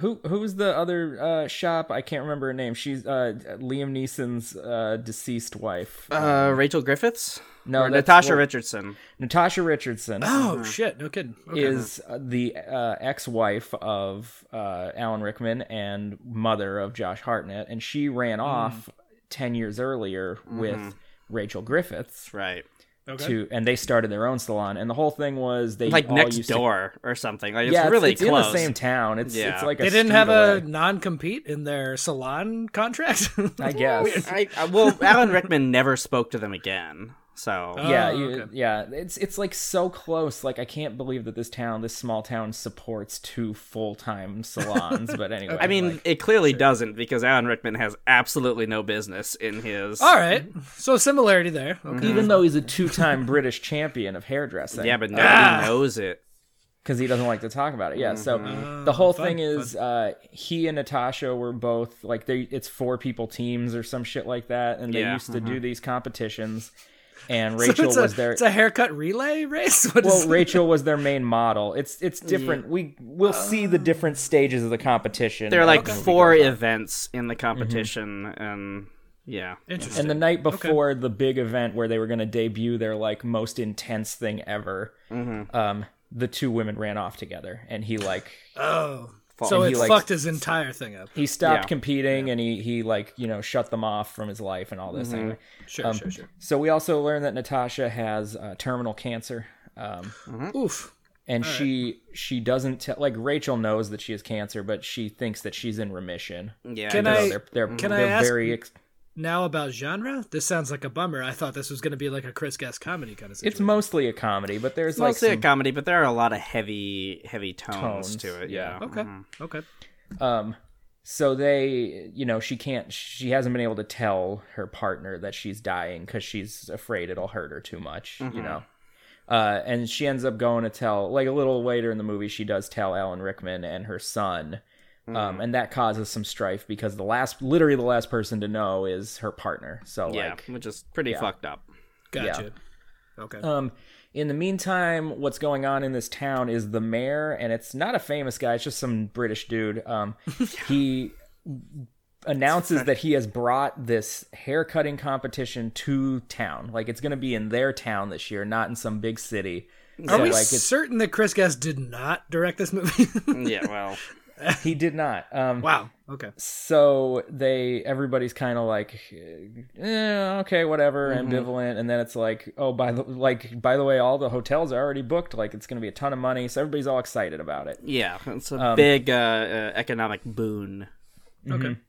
Speaker 1: who who's the other uh, shop? I can't remember her name. She's uh, Liam Neeson's uh, deceased wife.
Speaker 2: <laughs> Uh, Rachel Griffiths
Speaker 1: No,
Speaker 2: or
Speaker 1: that's-
Speaker 2: Natasha Ah,
Speaker 1: well,
Speaker 2: Richardson.
Speaker 1: Natasha Richardson
Speaker 3: Oh shit! No kidding. Okay.
Speaker 1: is uh, the uh, ex-wife of uh, Alan Rickman and mother of Josh Hartnett, and she ran
Speaker 2: Hmm.
Speaker 1: off ten years earlier with
Speaker 2: Mm-hmm.
Speaker 1: Rachel Griffiths.
Speaker 2: Right.
Speaker 3: Okay.
Speaker 1: to and they started their own salon and the whole thing was they
Speaker 2: Like
Speaker 1: all
Speaker 2: next
Speaker 1: used to-
Speaker 2: door or something. Like it's
Speaker 1: yeah
Speaker 2: really
Speaker 1: it's,
Speaker 2: close.
Speaker 1: in
Speaker 2: <laughs>
Speaker 1: the same town it's
Speaker 2: Yeah.
Speaker 1: it's like a
Speaker 3: they didn't
Speaker 1: street
Speaker 3: have a
Speaker 1: away,
Speaker 3: non-compete in their salon contract. <laughs>
Speaker 1: I guess
Speaker 2: <laughs> I, I- well, Alan Rickman never spoke to them again. So
Speaker 1: yeah
Speaker 3: Oh,
Speaker 1: you,
Speaker 3: okay.
Speaker 1: yeah it's it's like so close like I can't believe that this town this small town supports two full time salons but anyway
Speaker 2: <laughs> I mean,
Speaker 1: like,
Speaker 2: it clearly doesn't because Alan Rickman has absolutely no business in his.
Speaker 3: all right. So similarity there. Okay.
Speaker 1: even though he's a two time British champion of hairdressing
Speaker 2: Yeah, Ah. but nobody knows it.
Speaker 1: because he doesn't like to talk about it. Yeah. So the whole
Speaker 3: Oh, fun,
Speaker 1: thing is uh, he and Natasha were both like they it's four people teams or some shit like that, and they
Speaker 2: Yeah,
Speaker 1: used to do these competitions. And
Speaker 3: Mm-hmm. <laughs> So
Speaker 1: Rachel
Speaker 3: it's a,
Speaker 1: was their
Speaker 3: It's a haircut relay race. <laughs> What is
Speaker 1: well, Rachel was their main model. It's it's different. We we'll see
Speaker 3: Uh.
Speaker 1: the different stages of the competition.
Speaker 2: There are like
Speaker 1: as the movie
Speaker 2: four
Speaker 1: goes on.
Speaker 2: events in the competition, and yeah,
Speaker 3: interesting?
Speaker 1: And the night before the big event where they were going to debut their like most intense thing ever,
Speaker 3: Mm-hmm.
Speaker 1: um, the two women ran off together, and he like
Speaker 3: oh, so
Speaker 1: And
Speaker 3: it
Speaker 1: he, like,
Speaker 3: fucked his entire thing up.
Speaker 1: he stopped
Speaker 2: Yeah.
Speaker 1: competing and he he like you know shut them off from his life and all this anyway.
Speaker 3: Sure,
Speaker 1: Um,
Speaker 3: sure, sure.
Speaker 1: so we also learned that natasha has uh, terminal cancer um,
Speaker 3: Oof.
Speaker 1: and she she doesn't tell like rachel knows that she has cancer but she thinks that she's in remission
Speaker 2: yeah.
Speaker 3: Can
Speaker 1: So
Speaker 3: I-
Speaker 1: they're, they're,
Speaker 3: can I
Speaker 1: they're
Speaker 3: ask-
Speaker 1: very ex-
Speaker 3: Now about genre. This sounds like a bummer. I thought this was going to be like a Chris Guest comedy kind of. Situation.
Speaker 1: it's mostly a comedy but there's
Speaker 2: it's
Speaker 1: like
Speaker 2: mostly
Speaker 1: some,
Speaker 2: a comedy, but there are a lot of heavy, heavy tones,
Speaker 1: Tones,
Speaker 2: to it.
Speaker 1: yeah.
Speaker 2: Yeah.
Speaker 3: Okay.
Speaker 1: Mm-hmm.
Speaker 3: Okay.
Speaker 1: um so they you know she can't she hasn't been able to tell her partner that she's dying because she's afraid it'll hurt her too much you know uh and she ends up going to tell like a little later in the movie she does tell alan rickman and her son um, and that causes some strife because the last, literally the last person to know is her partner. So
Speaker 2: yeah,
Speaker 1: like,
Speaker 2: which is pretty
Speaker 1: yeah.
Speaker 2: fucked
Speaker 3: <laughs>
Speaker 2: up.
Speaker 3: Gotcha. Okay.
Speaker 1: um, in the meantime, what's going on in this town is the mayor, and it's not a famous guy; it's just some British dude. Um,
Speaker 3: <laughs>
Speaker 1: he announces that he has brought this haircutting competition to town. Like it's going to be in their town this year, not in some big city.
Speaker 3: Are
Speaker 1: so,
Speaker 3: we
Speaker 1: like, it's-
Speaker 3: certain that Chris Guest did not direct this movie? <laughs>
Speaker 2: Yeah, well,
Speaker 1: He did not. Um,
Speaker 3: wow. Okay.
Speaker 1: so they everybody's kind of like eh, okay whatever
Speaker 3: Mm-hmm.
Speaker 1: ambivalent and then it's like oh by the like by the way all the hotels are already booked like it's going to be a ton of money so everybody's all excited about it
Speaker 2: yeah, it's a big uh, uh, economic boon.
Speaker 1: Mm-hmm.
Speaker 3: Okay.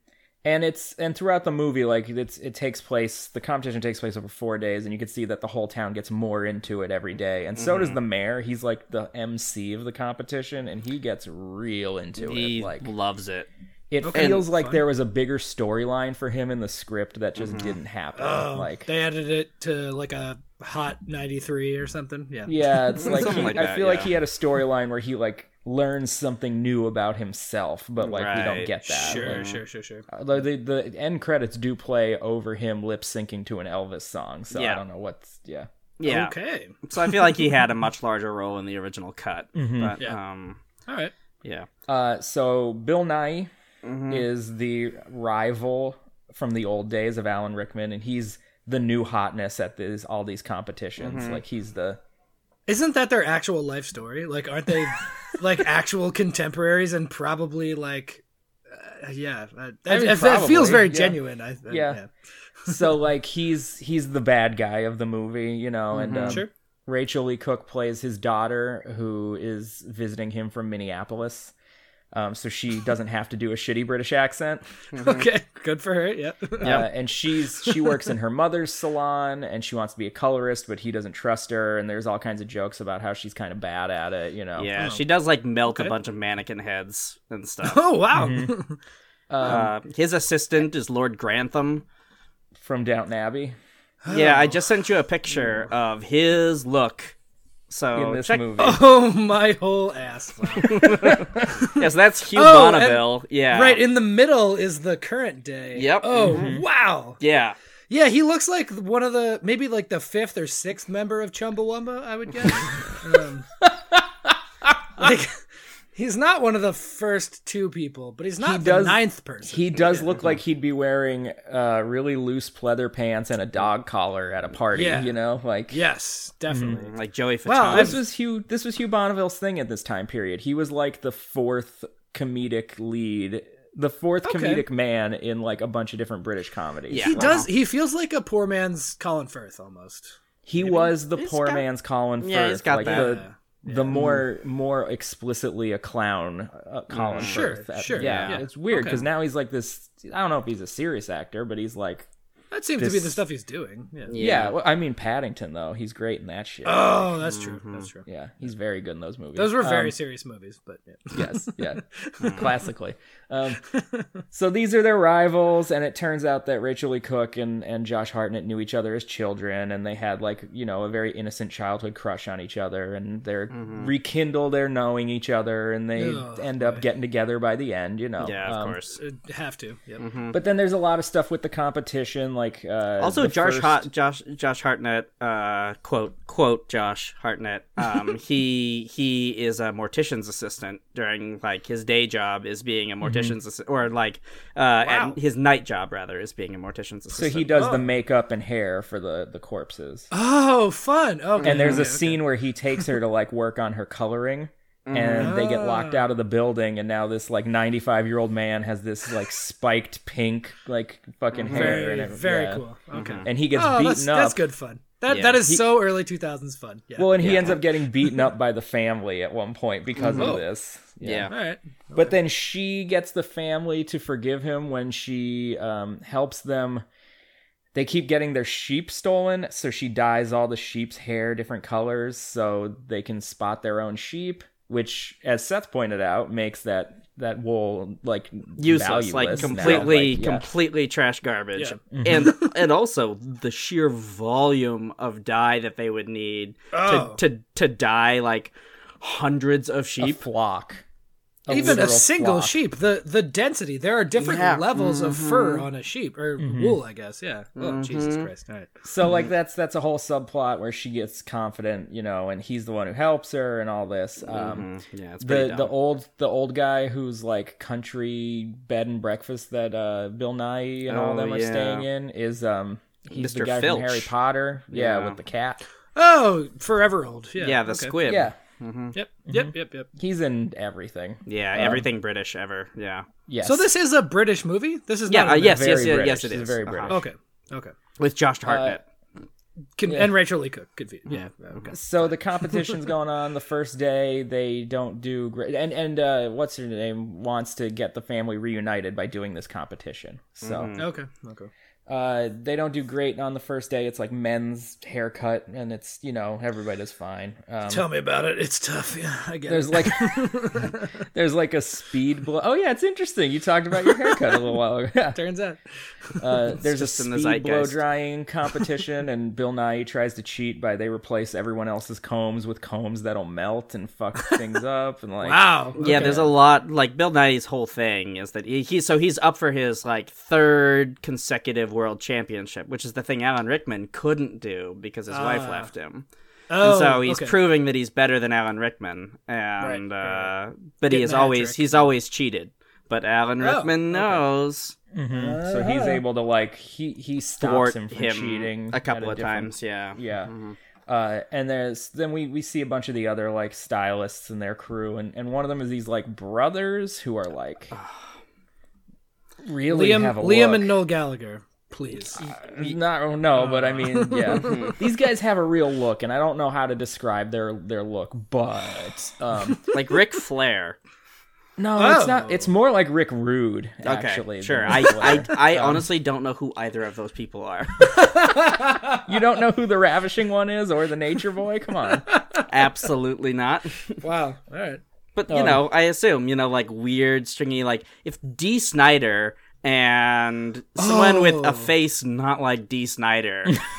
Speaker 1: and it's and throughout the movie like it's it takes place the competition takes place over 4 days and you can see that the whole town gets more into it every day and so
Speaker 2: Mm-hmm.
Speaker 1: does the mayor he's like the MC of the competition and he gets real into
Speaker 2: He
Speaker 1: it like
Speaker 2: loves it.
Speaker 1: it
Speaker 3: Okay.
Speaker 1: feels like
Speaker 3: Fun.
Speaker 1: there was a bigger storyline for him in the script that just
Speaker 2: Mm-hmm.
Speaker 1: didn't happen
Speaker 3: Oh,
Speaker 1: like
Speaker 3: they added it to like a hot 93 or something. Yeah.
Speaker 1: Yeah,
Speaker 2: <laughs>
Speaker 1: it's like,
Speaker 2: Something
Speaker 1: he-
Speaker 2: like
Speaker 1: I
Speaker 2: that,
Speaker 1: feel like
Speaker 2: yeah.
Speaker 1: he had a storyline where he like learns something new about himself, but like we don't
Speaker 2: Right,
Speaker 1: get that.
Speaker 3: Sure,
Speaker 1: Like,
Speaker 3: sure, sure, sure.
Speaker 1: although the the end credits do play over him lip syncing to an Elvis song, so I
Speaker 2: Yeah.
Speaker 1: don't know what's yeah.
Speaker 2: Yeah,
Speaker 3: Okay.
Speaker 2: so I feel like he had a
Speaker 3: <laughs>
Speaker 2: much larger role in the original cut. But
Speaker 3: Yeah.
Speaker 2: um,
Speaker 3: All right.
Speaker 2: yeah,
Speaker 1: Uh, so Bill Nye
Speaker 2: Mhm.
Speaker 1: is the rival from the old days of Alan Rickman, and he's the new hotness at these all these competitions. Like he's the
Speaker 3: Isn't that their actual life story? Like,
Speaker 1: <laughs>
Speaker 3: aren't they like actual contemporaries and probably like, uh, yeah, uh, that,
Speaker 1: mean,
Speaker 3: if that feels
Speaker 1: probably,
Speaker 3: very
Speaker 1: yeah.
Speaker 3: genuine. I, I
Speaker 1: Yeah. so like he's he's the bad guy of the movie, you know, and um,
Speaker 3: Mm-hmm. Sure.
Speaker 1: Rachel Lee Cook plays his daughter, who is visiting him from Minneapolis. Um, so she doesn't have to do a shitty British accent,
Speaker 3: Okay. Good for her. Yeah. <laughs>
Speaker 1: uh, and she's she works
Speaker 2: <laughs>
Speaker 1: in her mother's salon, and she wants to be a colorist, but he doesn't trust her, and there's all kinds of jokes about how she's kind of bad at it, you know.
Speaker 2: yeah, she does like melt
Speaker 3: Oh, Okay.
Speaker 2: a bunch of mannequin heads and
Speaker 3: <laughs>
Speaker 2: stuff.
Speaker 3: oh wow.
Speaker 1: Mm-hmm.
Speaker 3: Um,
Speaker 2: uh, his assistant is Lord Grantham.
Speaker 1: From Downton Abbey
Speaker 2: Yeah,
Speaker 1: Oh.
Speaker 2: I just sent you a picture of his look. So
Speaker 1: in this
Speaker 2: check.
Speaker 1: movie,
Speaker 3: Oh my whole ass.
Speaker 1: <laughs>
Speaker 3: Wow.
Speaker 2: Yes, that's Hugh
Speaker 3: Oh, and-
Speaker 2: Bonneville. yeah,
Speaker 3: Right in the middle is the current day.
Speaker 2: Yep.
Speaker 3: Oh
Speaker 1: Mm-hmm.
Speaker 3: wow.
Speaker 2: yeah,
Speaker 3: Yeah, he looks like one of the maybe like the fifth or sixth member of Chumbawamba. I would guess.
Speaker 1: <laughs>
Speaker 3: um, like he's not one of the first two people, but he's not the
Speaker 1: does-
Speaker 3: ninth person.
Speaker 1: he does look like he'd be wearing uh, really loose pleather pants and a dog collar at a party,
Speaker 3: Yeah.
Speaker 1: you know, like
Speaker 3: yes, definitely.
Speaker 1: Mm.
Speaker 2: like Joey Fatone.
Speaker 3: Wow,
Speaker 1: this was Hugh. This was Hugh Bonneville's thing at this time period. He was like the fourth comedic lead, the fourth
Speaker 3: Okay.
Speaker 1: comedic man in like a bunch of different British comedies.
Speaker 2: Yeah.
Speaker 3: He does. He feels like a poor man's Colin Firth almost.
Speaker 1: he was the poor
Speaker 2: got-
Speaker 1: man's Colin Firth.
Speaker 2: Yeah, he's got
Speaker 1: like
Speaker 2: that.
Speaker 1: the the
Speaker 3: Mm.
Speaker 1: more more explicitly a clown uh, Colin
Speaker 3: Sure,
Speaker 1: Firth.
Speaker 3: sure,
Speaker 1: yeah,
Speaker 3: yeah.
Speaker 1: it's weird
Speaker 3: Okay.
Speaker 1: because now he's like this. I don't know if he's a serious actor, but he's like,
Speaker 3: That seems to be
Speaker 1: This-
Speaker 3: the stuff he's doing. Yeah.
Speaker 1: yeah. well, I mean, Paddington though, he's great in that shit.
Speaker 3: Oh, that's true. That's true.
Speaker 1: yeah, he's very good in those movies.
Speaker 3: Those were
Speaker 1: Mm-hmm. Um,
Speaker 3: very serious movies, but yeah.
Speaker 1: yes
Speaker 2: <laughs>
Speaker 1: yeah classically um, so these are their rivals and it turns out that rachel lee cook and, and josh hartnett knew each other as children and they had like you know a very innocent childhood crush on each other and they're
Speaker 2: Mm-hmm.
Speaker 1: rekindle their knowing each other and they
Speaker 3: Ugh,
Speaker 1: end up getting together by the end you know
Speaker 2: yeah, of
Speaker 1: Um,
Speaker 2: course.
Speaker 3: <laughs> Uh, have to. Yep.
Speaker 1: but then there's a lot of stuff with the competition like uh,
Speaker 2: Also,
Speaker 1: the
Speaker 2: Josh,
Speaker 1: first-
Speaker 2: Hart, Josh, Josh Hartnett, uh, quote, quote, Josh Hartnett.
Speaker 1: <laughs>
Speaker 2: Um, he he is a mortician's assistant during like his day job is being a
Speaker 1: Mm-hmm.
Speaker 2: mortician's assi- or like uh,
Speaker 3: Wow.
Speaker 2: at his night job rather is being a mortician's
Speaker 1: so
Speaker 2: assistant.
Speaker 1: he does
Speaker 3: Oh.
Speaker 1: the makeup and hair for the the corpses
Speaker 3: Oh, fun. Okay.
Speaker 1: and there's
Speaker 3: okay,
Speaker 1: a
Speaker 3: Mm-hmm. okay.
Speaker 1: scene where he takes her to like work on her coloring and they get locked
Speaker 3: Mm-hmm.
Speaker 1: out of the building and now this like 95 year old man has this like spiked pink like fucking hair and
Speaker 3: Mm-hmm. Very,
Speaker 1: everything.
Speaker 3: very
Speaker 1: Yeah.
Speaker 3: cool. Okay.
Speaker 1: and he gets
Speaker 3: Oh,
Speaker 1: beaten
Speaker 3: that's,
Speaker 1: up
Speaker 3: that's good fun. That
Speaker 2: Yeah.
Speaker 3: that is
Speaker 1: He-
Speaker 3: so early 2000s fun. Yeah. Mm-hmm.
Speaker 1: well and he ends up getting beaten up by the family at one point because of this
Speaker 2: yeah.
Speaker 3: all right.
Speaker 1: But then she gets the family to forgive him when she um, helps them. They keep getting their sheep stolen, so she dyes all the sheep's hair different colors so they can spot their own sheep, which, as Seth pointed out, makes that that wool like
Speaker 2: useless, like
Speaker 1: valueless now.
Speaker 2: completely,
Speaker 1: Like, yeah.
Speaker 2: completely trash garbage,
Speaker 3: Yeah.
Speaker 2: and and also the sheer volume of dye that they would need
Speaker 3: Oh.
Speaker 2: to to to dye like hundreds of
Speaker 1: A
Speaker 2: sheep.
Speaker 1: flock.
Speaker 3: even a
Speaker 1: literal
Speaker 3: single
Speaker 1: flock.
Speaker 3: sheep the the density there are different
Speaker 2: Yeah. Mm-hmm.
Speaker 3: levels of fur on a sheep or
Speaker 1: Mhm.
Speaker 3: wool i guess yeah oh jesus christ all right
Speaker 1: So like that's that's a whole subplot where she gets confident, you know, and he's the one who helps her and all this. Um,
Speaker 2: Mhm. Yeah, it's pretty
Speaker 1: the
Speaker 2: dumb.
Speaker 1: the old the old guy who's like country bed and breakfast that uh, Bill Nye and all
Speaker 2: Oh,
Speaker 1: them are
Speaker 2: yeah.
Speaker 1: staying in is um he's the
Speaker 2: Mr.
Speaker 1: guy
Speaker 2: Filch.
Speaker 1: from Harry Potter, yeah,
Speaker 2: Yeah.
Speaker 1: with the cat.
Speaker 3: oh forever old yeah
Speaker 2: yeah, the
Speaker 3: okay.
Speaker 2: squib.
Speaker 1: Yeah,
Speaker 2: hmm
Speaker 3: yep
Speaker 1: Mm-hmm.
Speaker 3: yep yep yep
Speaker 1: he's in everything.
Speaker 2: Yeah, everything British ever. Yeah.
Speaker 1: Yes.
Speaker 3: so this is a british movie this is
Speaker 2: Yeah,
Speaker 3: not
Speaker 2: uh,
Speaker 3: a
Speaker 2: yes, yes,
Speaker 1: very
Speaker 2: yes,
Speaker 1: British.
Speaker 2: yes, it
Speaker 1: This
Speaker 2: is.
Speaker 1: is very
Speaker 2: Uh-huh.
Speaker 1: British. Uh,
Speaker 3: okay okay
Speaker 2: With Josh Hartnett.
Speaker 3: Con-
Speaker 1: Yeah. Mm-hmm.
Speaker 3: and rachel lee cook convenient yeah okay
Speaker 1: so the competition's going on the first day they don't do great and and uh what's her name wants to get the family reunited by doing this competition so
Speaker 2: Mm-hmm.
Speaker 3: okay okay
Speaker 1: uh they don't do great on the first day it's like men's haircut and it's you know everybody does fine um
Speaker 3: tell me about it it's tough <laughs> yeah i get
Speaker 1: there's
Speaker 3: it
Speaker 1: like there's like a speed blow oh yeah it's interesting you talked about your haircut a little while ago <laughs> yeah
Speaker 3: turns out
Speaker 1: uh, there's a
Speaker 2: just in the
Speaker 1: speed blow
Speaker 2: zeitgeist.
Speaker 1: drying competition, and Bill Nye tries to cheat by they replace everyone else's combs with combs that'll melt and fuck
Speaker 2: <laughs>
Speaker 1: things up, and like
Speaker 3: wow
Speaker 2: Yeah,
Speaker 3: okay.
Speaker 2: there's a lot. Like Bill Nye's whole thing is that he, he so he's up for his like third consecutive world championship, which is the thing Alan Rickman couldn't do because his wife
Speaker 3: Ah.
Speaker 2: left him.
Speaker 3: oh,
Speaker 2: and so he's
Speaker 3: okay.
Speaker 2: proving that he's better than Alan Rickman, and
Speaker 3: right,
Speaker 2: uh, but he
Speaker 3: Getting
Speaker 2: is
Speaker 3: the hat
Speaker 2: always
Speaker 3: trick.
Speaker 2: he's always cheated. But Alan
Speaker 3: Oh,
Speaker 2: Rickman
Speaker 3: okay.
Speaker 2: knows
Speaker 1: mm-hmm. so he's able to like he he stops
Speaker 2: thwart
Speaker 1: him
Speaker 2: him,
Speaker 1: from cheating
Speaker 2: a
Speaker 1: at
Speaker 2: couple of
Speaker 1: different-
Speaker 2: times. Mm-hmm. Yeah,
Speaker 1: Yeah. Uh, and there's then we we see a bunch of the other like stylists and their crew, and and one of them is these like brothers who are like really
Speaker 3: liam
Speaker 1: have a
Speaker 3: liam
Speaker 1: look.
Speaker 3: and noel gallagher please
Speaker 1: Not oh, no, but I mean, <laughs> yeah, these guys have a real look, and I don't know how to describe their their look, but um,
Speaker 2: like
Speaker 1: <laughs>
Speaker 2: Ric Flair.
Speaker 1: no, it's not.
Speaker 3: Oh.
Speaker 1: It's more like Rick Rude,
Speaker 2: Okay,
Speaker 1: actually.
Speaker 2: sure.
Speaker 1: than
Speaker 2: I
Speaker 1: Ric Flair.
Speaker 2: I, I honestly don't know who either of those
Speaker 1: <laughs>
Speaker 2: people are. <laughs>
Speaker 1: you don't know who the ravishing one is or the Nature Boy. Come on,
Speaker 2: Absolutely not.
Speaker 3: wow all right
Speaker 2: But
Speaker 1: Oh.
Speaker 2: you know, I assume you know, like weird, stringy, like if D. Snyder and someone with
Speaker 3: Oh.
Speaker 2: a face not like
Speaker 1: <laughs>
Speaker 2: D. Snyder.
Speaker 3: Yeah. <laughs>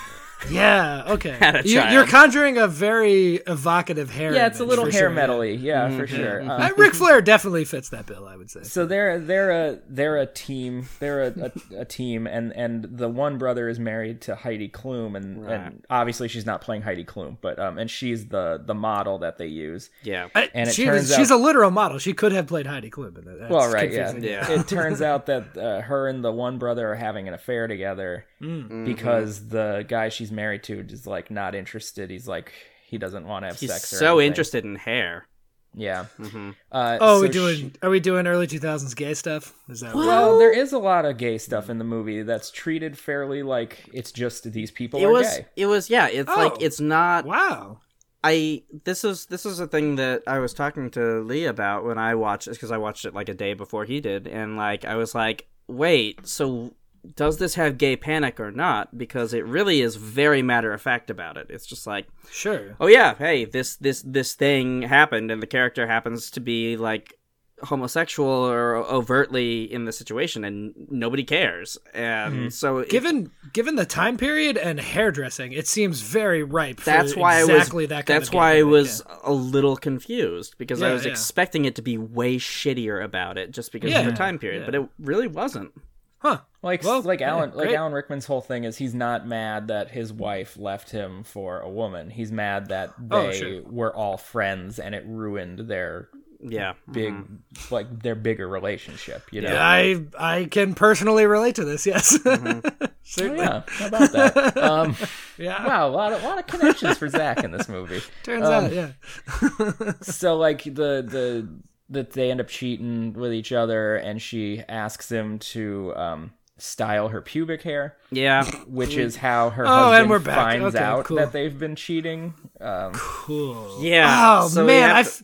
Speaker 2: Had
Speaker 3: Okay.
Speaker 2: a
Speaker 3: You,
Speaker 2: child.
Speaker 3: you're conjuring a very evocative hair.
Speaker 1: <laughs> yeah, it's a
Speaker 3: image,
Speaker 1: little
Speaker 3: for
Speaker 1: hair
Speaker 3: sure.
Speaker 1: metal-y. Yeah, for sure. Um,
Speaker 3: Uh, Ric Flair definitely fits that bill, I would say.
Speaker 1: so they're they're a they're a team. They're a, a, a team, and and the one brother is married to Heidi Klum, and and obviously she's not playing Heidi Klum, but um, and she's the the model that they use.
Speaker 2: yeah.
Speaker 3: I-
Speaker 1: and it
Speaker 3: she
Speaker 1: turns
Speaker 3: was- she's
Speaker 1: out-
Speaker 3: a literal model. She could have played Heidi Klum. But that's
Speaker 1: Well, right,
Speaker 3: confusing.
Speaker 1: yeah.
Speaker 2: Yeah.
Speaker 1: It
Speaker 3: <laughs>
Speaker 1: turns out that uh, her and the one brother are having an affair together
Speaker 3: Mm.
Speaker 1: because the guy she's married to is like not interested. He's like he doesn't want to have
Speaker 2: He's
Speaker 1: sex. Or
Speaker 2: so
Speaker 1: anything.
Speaker 2: interested in hair.
Speaker 1: Yeah.
Speaker 2: Mhm.
Speaker 1: Uh,
Speaker 3: Oh,
Speaker 1: so
Speaker 3: we doing?
Speaker 1: she-
Speaker 3: Are we doing early 2000s gay stuff? Is that what?
Speaker 1: well,
Speaker 3: <gasps>
Speaker 1: there is a lot of gay stuff in the movie that's treated fairly like it's just these people
Speaker 2: It
Speaker 1: are
Speaker 2: was
Speaker 1: gay.
Speaker 2: it was yeah, it's
Speaker 3: Oh.
Speaker 2: like it's not
Speaker 3: Wow.
Speaker 2: I this is this is a thing that I was talking to Lee about when I watched it because I watched it like a day before he did, and like I was like, wait, so does this have gay panic or not? Because it really is very matter of fact about it. It's just like,
Speaker 3: Sure.
Speaker 2: oh yeah, hey, this this this thing happened, and the character happens to be like homosexual or overtly in the situation, and nobody cares, and so it-
Speaker 3: Given given the time period and hairdressing, it seems very ripe. For
Speaker 2: that's why
Speaker 3: exactly
Speaker 2: I was.
Speaker 3: that. Kind
Speaker 2: that's
Speaker 3: of gay
Speaker 2: why I
Speaker 3: panic,
Speaker 2: was a little confused because I
Speaker 3: Yeah,
Speaker 2: was
Speaker 3: yeah.
Speaker 2: expecting it to be way shittier about it just because of
Speaker 3: Yeah,
Speaker 2: the time period,
Speaker 3: yeah.
Speaker 2: but it really wasn't.
Speaker 3: yeah. Huh.
Speaker 1: Like
Speaker 3: Well,
Speaker 1: like
Speaker 3: yeah,
Speaker 1: Alan like
Speaker 3: great.
Speaker 1: Alan Rickman's whole thing is he's not mad that his wife left him for a woman. He's mad that they
Speaker 3: Oh, sure.
Speaker 1: were all friends and it ruined their
Speaker 2: Yeah,
Speaker 1: big
Speaker 3: Mm.
Speaker 1: like their bigger relationship you know
Speaker 3: I I can personally relate to this. Yes. <laughs>
Speaker 2: Mm-hmm.
Speaker 1: Oh,
Speaker 3: Certainly.
Speaker 1: yeah how about that um
Speaker 3: <laughs> Yeah.
Speaker 1: wow a lot of, lot of connections for zach in this movie
Speaker 3: Turns
Speaker 2: Um,
Speaker 3: out, yeah.
Speaker 1: so like the the that they end up cheating with each other and she asks him to um style her pubic hair
Speaker 2: yeah.
Speaker 1: which is how her
Speaker 3: Oh, and
Speaker 1: husband
Speaker 3: we're back.
Speaker 1: finds
Speaker 3: Okay,
Speaker 1: out
Speaker 3: cool.
Speaker 1: that they've been cheating um
Speaker 3: Cool.
Speaker 2: Yeah,
Speaker 3: Oh
Speaker 2: ah, so we
Speaker 3: man,
Speaker 2: have Mm-hmm.
Speaker 3: I. f-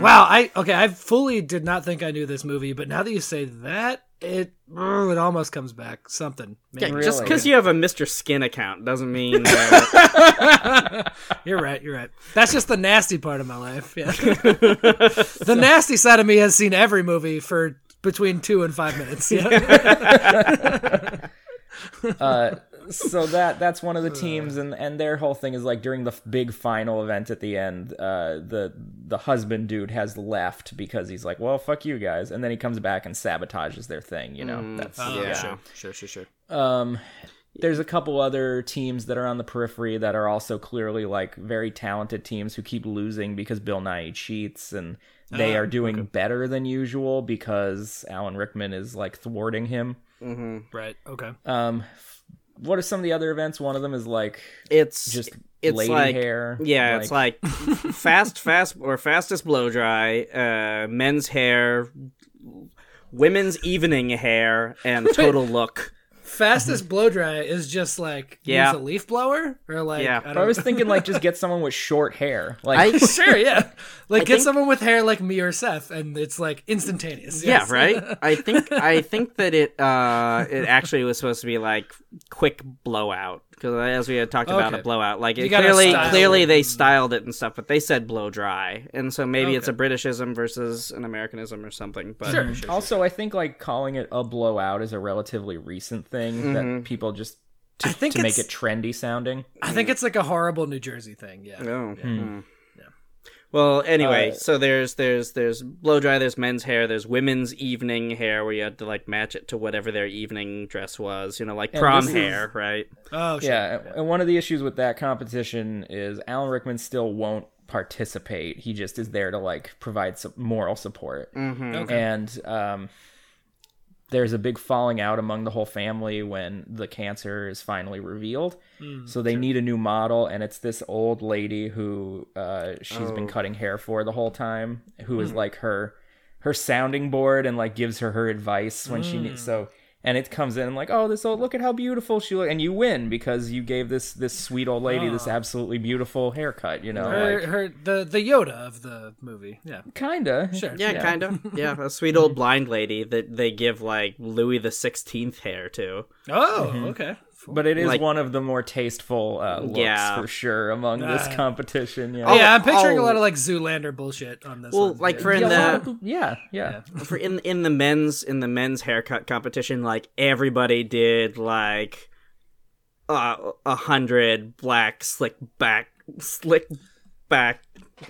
Speaker 3: Wow. I okay. I fully did not think I knew this movie, but now that you say that, it oh, it almost comes back. Something.
Speaker 2: Yeah,
Speaker 3: Maybe.
Speaker 2: Just
Speaker 1: Really?
Speaker 2: because you have a Mr. Skin
Speaker 3: <laughs>
Speaker 2: account doesn't mean that
Speaker 3: You're right. You're right. That's just the nasty part of my life.
Speaker 2: <laughs>
Speaker 3: Yeah. the nasty side of me has seen every movie for between two and five minutes. Yeah.
Speaker 1: uh so that that's one of the teams, and and their whole thing is like during the f- big final event at the end, uh, the the husband dude has left because he's like, well, fuck you guys, and then he comes back and sabotages their thing. You know, that's
Speaker 2: Uh.
Speaker 3: Oh,
Speaker 1: yeah.
Speaker 3: sure.
Speaker 2: Sure, sure, sure.
Speaker 1: Um, there's a couple other teams that are on the periphery that are also clearly like very talented teams who keep losing because Bill Nye cheats and they
Speaker 3: Ah,
Speaker 1: are doing better than usual because Alan Rickman is like thwarting him.
Speaker 2: Mm-hmm.
Speaker 3: <laughs> Right. Okay.
Speaker 1: Um, f- what are some of the other events? One of them is like
Speaker 2: It's
Speaker 1: just
Speaker 2: it's
Speaker 1: lady
Speaker 2: like
Speaker 1: hair.
Speaker 2: yeah, it's like fast, fast or fastest blow dry, uh, men's hair, women's evening hair, and
Speaker 3: <laughs>
Speaker 2: total look.
Speaker 3: Fastest blow dry is just like
Speaker 2: mm-hmm. Yeah.
Speaker 3: use a leaf blower or like
Speaker 2: Yeah.
Speaker 3: I
Speaker 1: But I
Speaker 3: don't
Speaker 1: was thinking like just get someone with short hair. Like
Speaker 2: I-
Speaker 3: sure, yeah. <laughs> Like get
Speaker 2: think-
Speaker 3: someone with hair like me or Seth, and it's like instantaneous. yes. <laughs>
Speaker 2: Yeah, right. I think I think that it uh, it actually was supposed to be like quick blowout because as we had talked about
Speaker 3: Okay.
Speaker 2: a blowout, like
Speaker 3: You
Speaker 2: it
Speaker 3: gotta
Speaker 2: clearly
Speaker 3: style
Speaker 2: clearly
Speaker 3: it.
Speaker 2: they styled it and stuff, but they said blow dry, and so maybe it's a
Speaker 3: Okay.
Speaker 2: Britishism versus an Americanism or something. But
Speaker 3: Sure, sure.
Speaker 1: also, I think like calling it a blowout is a relatively recent thing that people just
Speaker 3: I think
Speaker 1: to make
Speaker 3: it's-
Speaker 1: it trendy sounding.
Speaker 3: I think it's like a horrible New Jersey thing. Yeah.
Speaker 2: Oh. hmm.
Speaker 3: Yeah.
Speaker 2: Well, anyway,
Speaker 1: Uh,
Speaker 2: so there's there's there's blow dry, there's men's hair, there's women's evening hair where you had to like match it to whatever their evening dress was, you know, like
Speaker 1: And
Speaker 2: prom
Speaker 1: this is-
Speaker 2: hair, right?
Speaker 3: Oh, sure.
Speaker 1: Yeah, and one of the issues with that competition is Alan Rickman still won't participate. He just is there to like provide some moral support.
Speaker 2: Mm-hmm.
Speaker 3: Okay.
Speaker 1: And um, there's a big falling out among the whole family when the cancer is finally revealed.
Speaker 3: Mm,
Speaker 1: So they need a new model, and it's this old lady who uh, she's
Speaker 2: Oh.
Speaker 1: been cutting hair for the whole time, who
Speaker 3: Hmm.
Speaker 1: is like her her sounding board and like gives her her advice when
Speaker 3: Hmm.
Speaker 1: she needs so. And it comes in like, oh, this old look at how beautiful she look, and you win because you gave this this sweet old lady
Speaker 3: Ah.
Speaker 1: this absolutely beautiful haircut, you know,
Speaker 3: her,
Speaker 1: like
Speaker 3: her the the Yoda of the movie. Yeah.
Speaker 1: kinda.
Speaker 3: Sure.
Speaker 2: Yeah, kind of. Yeah, <laughs> a sweet old blind lady that they give like Louis the Sixteenth hair to.
Speaker 3: Oh, okay.
Speaker 1: But it is
Speaker 2: Like-
Speaker 1: one of the more tasteful uh, looks
Speaker 2: Yeah.
Speaker 1: for sure among
Speaker 3: Uh,
Speaker 1: this competition. Yeah,
Speaker 2: Oh,
Speaker 3: yeah, I'm picturing
Speaker 2: oh.
Speaker 3: a lot of like Zoolander bullshit on this.
Speaker 2: Well,
Speaker 3: one.
Speaker 2: like
Speaker 3: yeah.
Speaker 2: for in
Speaker 1: yeah, a lot
Speaker 2: the
Speaker 1: of- yeah, <laughs> yeah.
Speaker 2: for in in the men's in the men's haircut competition, like everybody did like uh, a hundred black slick back slick back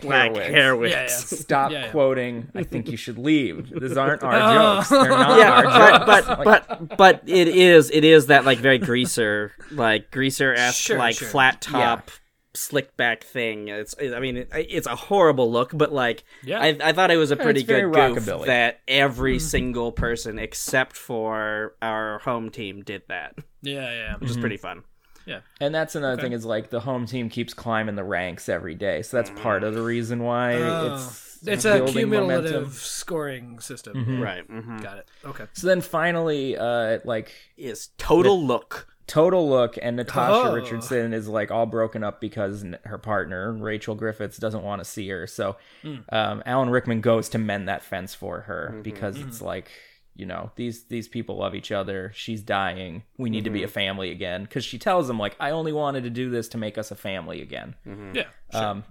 Speaker 2: black
Speaker 1: wigs.
Speaker 2: hair wigs.
Speaker 3: Yeah, yeah.
Speaker 1: stop
Speaker 3: Yeah, yeah.
Speaker 1: quoting i think you should leave these aren't our
Speaker 3: <laughs> Oh.
Speaker 1: jokes they're not
Speaker 2: <laughs> Yeah,
Speaker 1: our
Speaker 2: but
Speaker 1: jokes
Speaker 2: but, but but it is it is that like very greaser like greaser esque
Speaker 3: Sure,
Speaker 2: like
Speaker 3: sure.
Speaker 2: flat top slick back thing. It's it, I mean it, it's a horrible look, but like
Speaker 3: Yeah.
Speaker 2: I, I thought it was a pretty
Speaker 1: it's very
Speaker 2: good goof
Speaker 1: rockabilly.
Speaker 2: that every
Speaker 3: Mm-hmm.
Speaker 2: single person except for our home team did that, which
Speaker 3: yeah, yeah.
Speaker 2: is
Speaker 1: Mm-hmm.
Speaker 2: pretty fun.
Speaker 1: and that's another thing is like the home team keeps climbing the ranks every day so that's part of the reason why
Speaker 3: Oh.
Speaker 1: it's
Speaker 3: It's a
Speaker 1: building
Speaker 3: cumulative
Speaker 1: momentum.
Speaker 3: scoring system.
Speaker 2: Right, mm-hmm.
Speaker 3: Got it. Okay.
Speaker 1: so then finally uh like
Speaker 2: is total look.
Speaker 1: total look and natasha
Speaker 3: Oh.
Speaker 1: richardson is like all broken up because n- her partner rachel griffiths doesn't want to see her so um, alan rickman goes to mend that fence for her because it's like you know these these people love each other she's dying we need to be a family again because she tells him like i only wanted to do this to make us a family again
Speaker 3: Yeah.
Speaker 1: um,